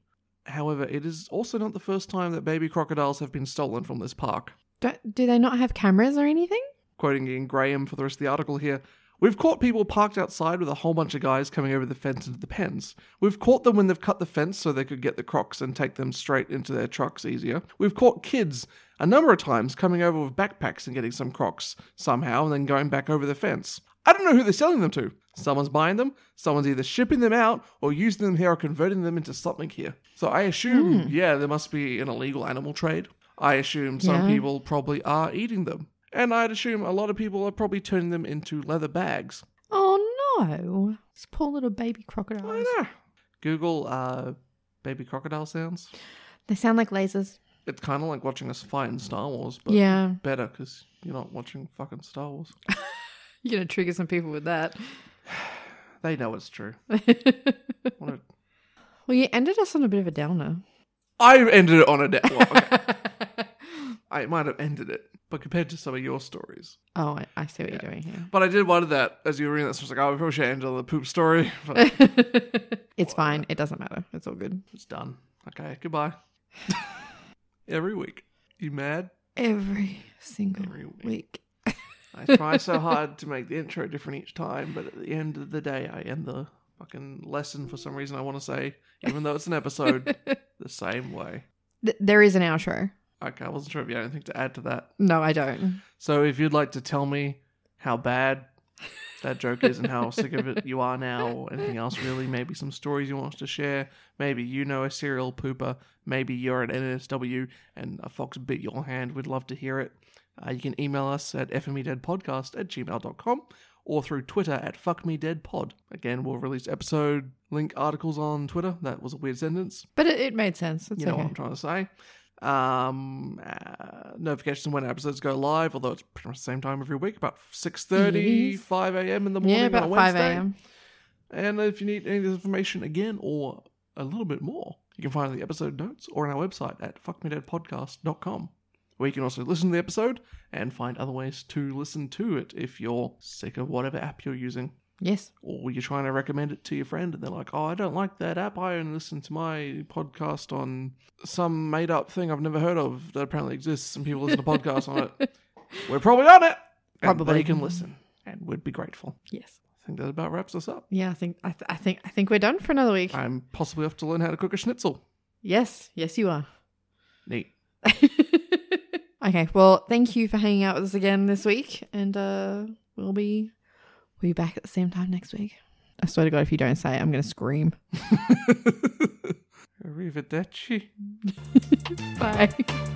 [SPEAKER 2] However, it is also not the first time that baby crocodiles have been stolen from this park.
[SPEAKER 1] Don't, do they not have cameras or anything?
[SPEAKER 2] Quoting Ian Graham for the rest of the article here. We've caught people parked outside with a whole bunch of guys coming over the fence into the pens. We've caught them when they've cut the fence so they could get the crocs and take them straight into their trucks easier. We've caught kids a number of times coming over with backpacks and getting some crocs somehow and then going back over the fence. I don't know who they're selling them to. Someone's buying them, someone's either shipping them out or using them here or converting them into something here. So I assume, yeah, there must be an illegal animal trade. I assume some
[SPEAKER 1] Yeah.
[SPEAKER 2] people probably are eating them. And I'd assume a lot of people are probably turning them into leather bags.
[SPEAKER 1] Oh no! These poor little baby
[SPEAKER 2] I
[SPEAKER 1] crocodiles.
[SPEAKER 2] know. Google uh, baby crocodile sounds.
[SPEAKER 1] They sound like lasers.
[SPEAKER 2] It's kind of like watching us fight in Star Wars, but
[SPEAKER 1] yeah,
[SPEAKER 2] better because you're not watching fucking Star Wars.
[SPEAKER 1] you're gonna trigger some people with that.
[SPEAKER 2] They know it's true.
[SPEAKER 1] well,
[SPEAKER 2] What a-
[SPEAKER 1] you ended us on a bit of a downer.
[SPEAKER 2] I ended it on a day. Well, okay. I might have ended it, but compared to some of your stories.
[SPEAKER 1] oh, I, I see what you're doing here.
[SPEAKER 2] But I did wonder that as you were reading this, I was like, oh, we probably should end on the poop story. But
[SPEAKER 1] it's fine. It doesn't matter. It's all good.
[SPEAKER 2] it's done. Okay, goodbye. Every week. You mad?
[SPEAKER 1] every single
[SPEAKER 2] Every week.
[SPEAKER 1] week.
[SPEAKER 2] I try so hard to make the intro different each time, but at the end of the day, I end the fucking lesson for some reason. I want to say, even though it's an episode, the same way.
[SPEAKER 1] Th- there is an outro.
[SPEAKER 2] Okay, I wasn't sure if you had anything to add to that.
[SPEAKER 1] No, I don't.
[SPEAKER 2] So if you'd like to tell me how bad that joke is and how sick of it you are now, or anything else really, maybe some stories you want us to share, maybe you know a serial pooper, maybe you're an NSW and a fox bit your hand, we'd love to hear it. Uh, you can email us at fmedeadpodcast at gmail.com or through Twitter at fuckmedeadpod. Again, we'll release episode link articles on Twitter. That was a weird sentence
[SPEAKER 1] But it, it made sense. It's
[SPEAKER 2] you know
[SPEAKER 1] okay.
[SPEAKER 2] what I'm trying to say. Um, uh, notifications when episodes go live, although it's pretty much the same time every week, about 6.30,
[SPEAKER 1] Yes.
[SPEAKER 2] 5 a.m. in the morning
[SPEAKER 1] yeah,
[SPEAKER 2] on
[SPEAKER 1] about
[SPEAKER 2] a
[SPEAKER 1] 5
[SPEAKER 2] Wednesday.
[SPEAKER 1] a.m.
[SPEAKER 2] And if you need any of this information again or a little bit more, you can find it in the episode notes or on our website at fuckmedeadpodcast.com, where you can also listen to the episode and find other ways to listen to it if you're sick of whatever app you're using
[SPEAKER 1] Yes.
[SPEAKER 2] or you're trying to recommend it to your friend and they're like, oh, I don't like that app. I only listen to my podcast on some made up thing I've never heard of that apparently exists and people listen to podcasts on it. We're probably on it. And
[SPEAKER 1] Probably.
[SPEAKER 2] they can listen and we'd be grateful.
[SPEAKER 1] Yes.
[SPEAKER 2] I think that about wraps us up.
[SPEAKER 1] Yeah, I think I, th- I think I think we're done for another week.
[SPEAKER 2] I'm possibly off to learn how to cook a schnitzel.
[SPEAKER 1] Yes, yes, you are.
[SPEAKER 2] Neat.
[SPEAKER 1] okay, well, thank you for hanging out with us again this week, and uh, we'll be we'll be back at the same time next week. I swear to God, if you don't say it, I'm going to scream.
[SPEAKER 2] Arrivederci.
[SPEAKER 1] Bye.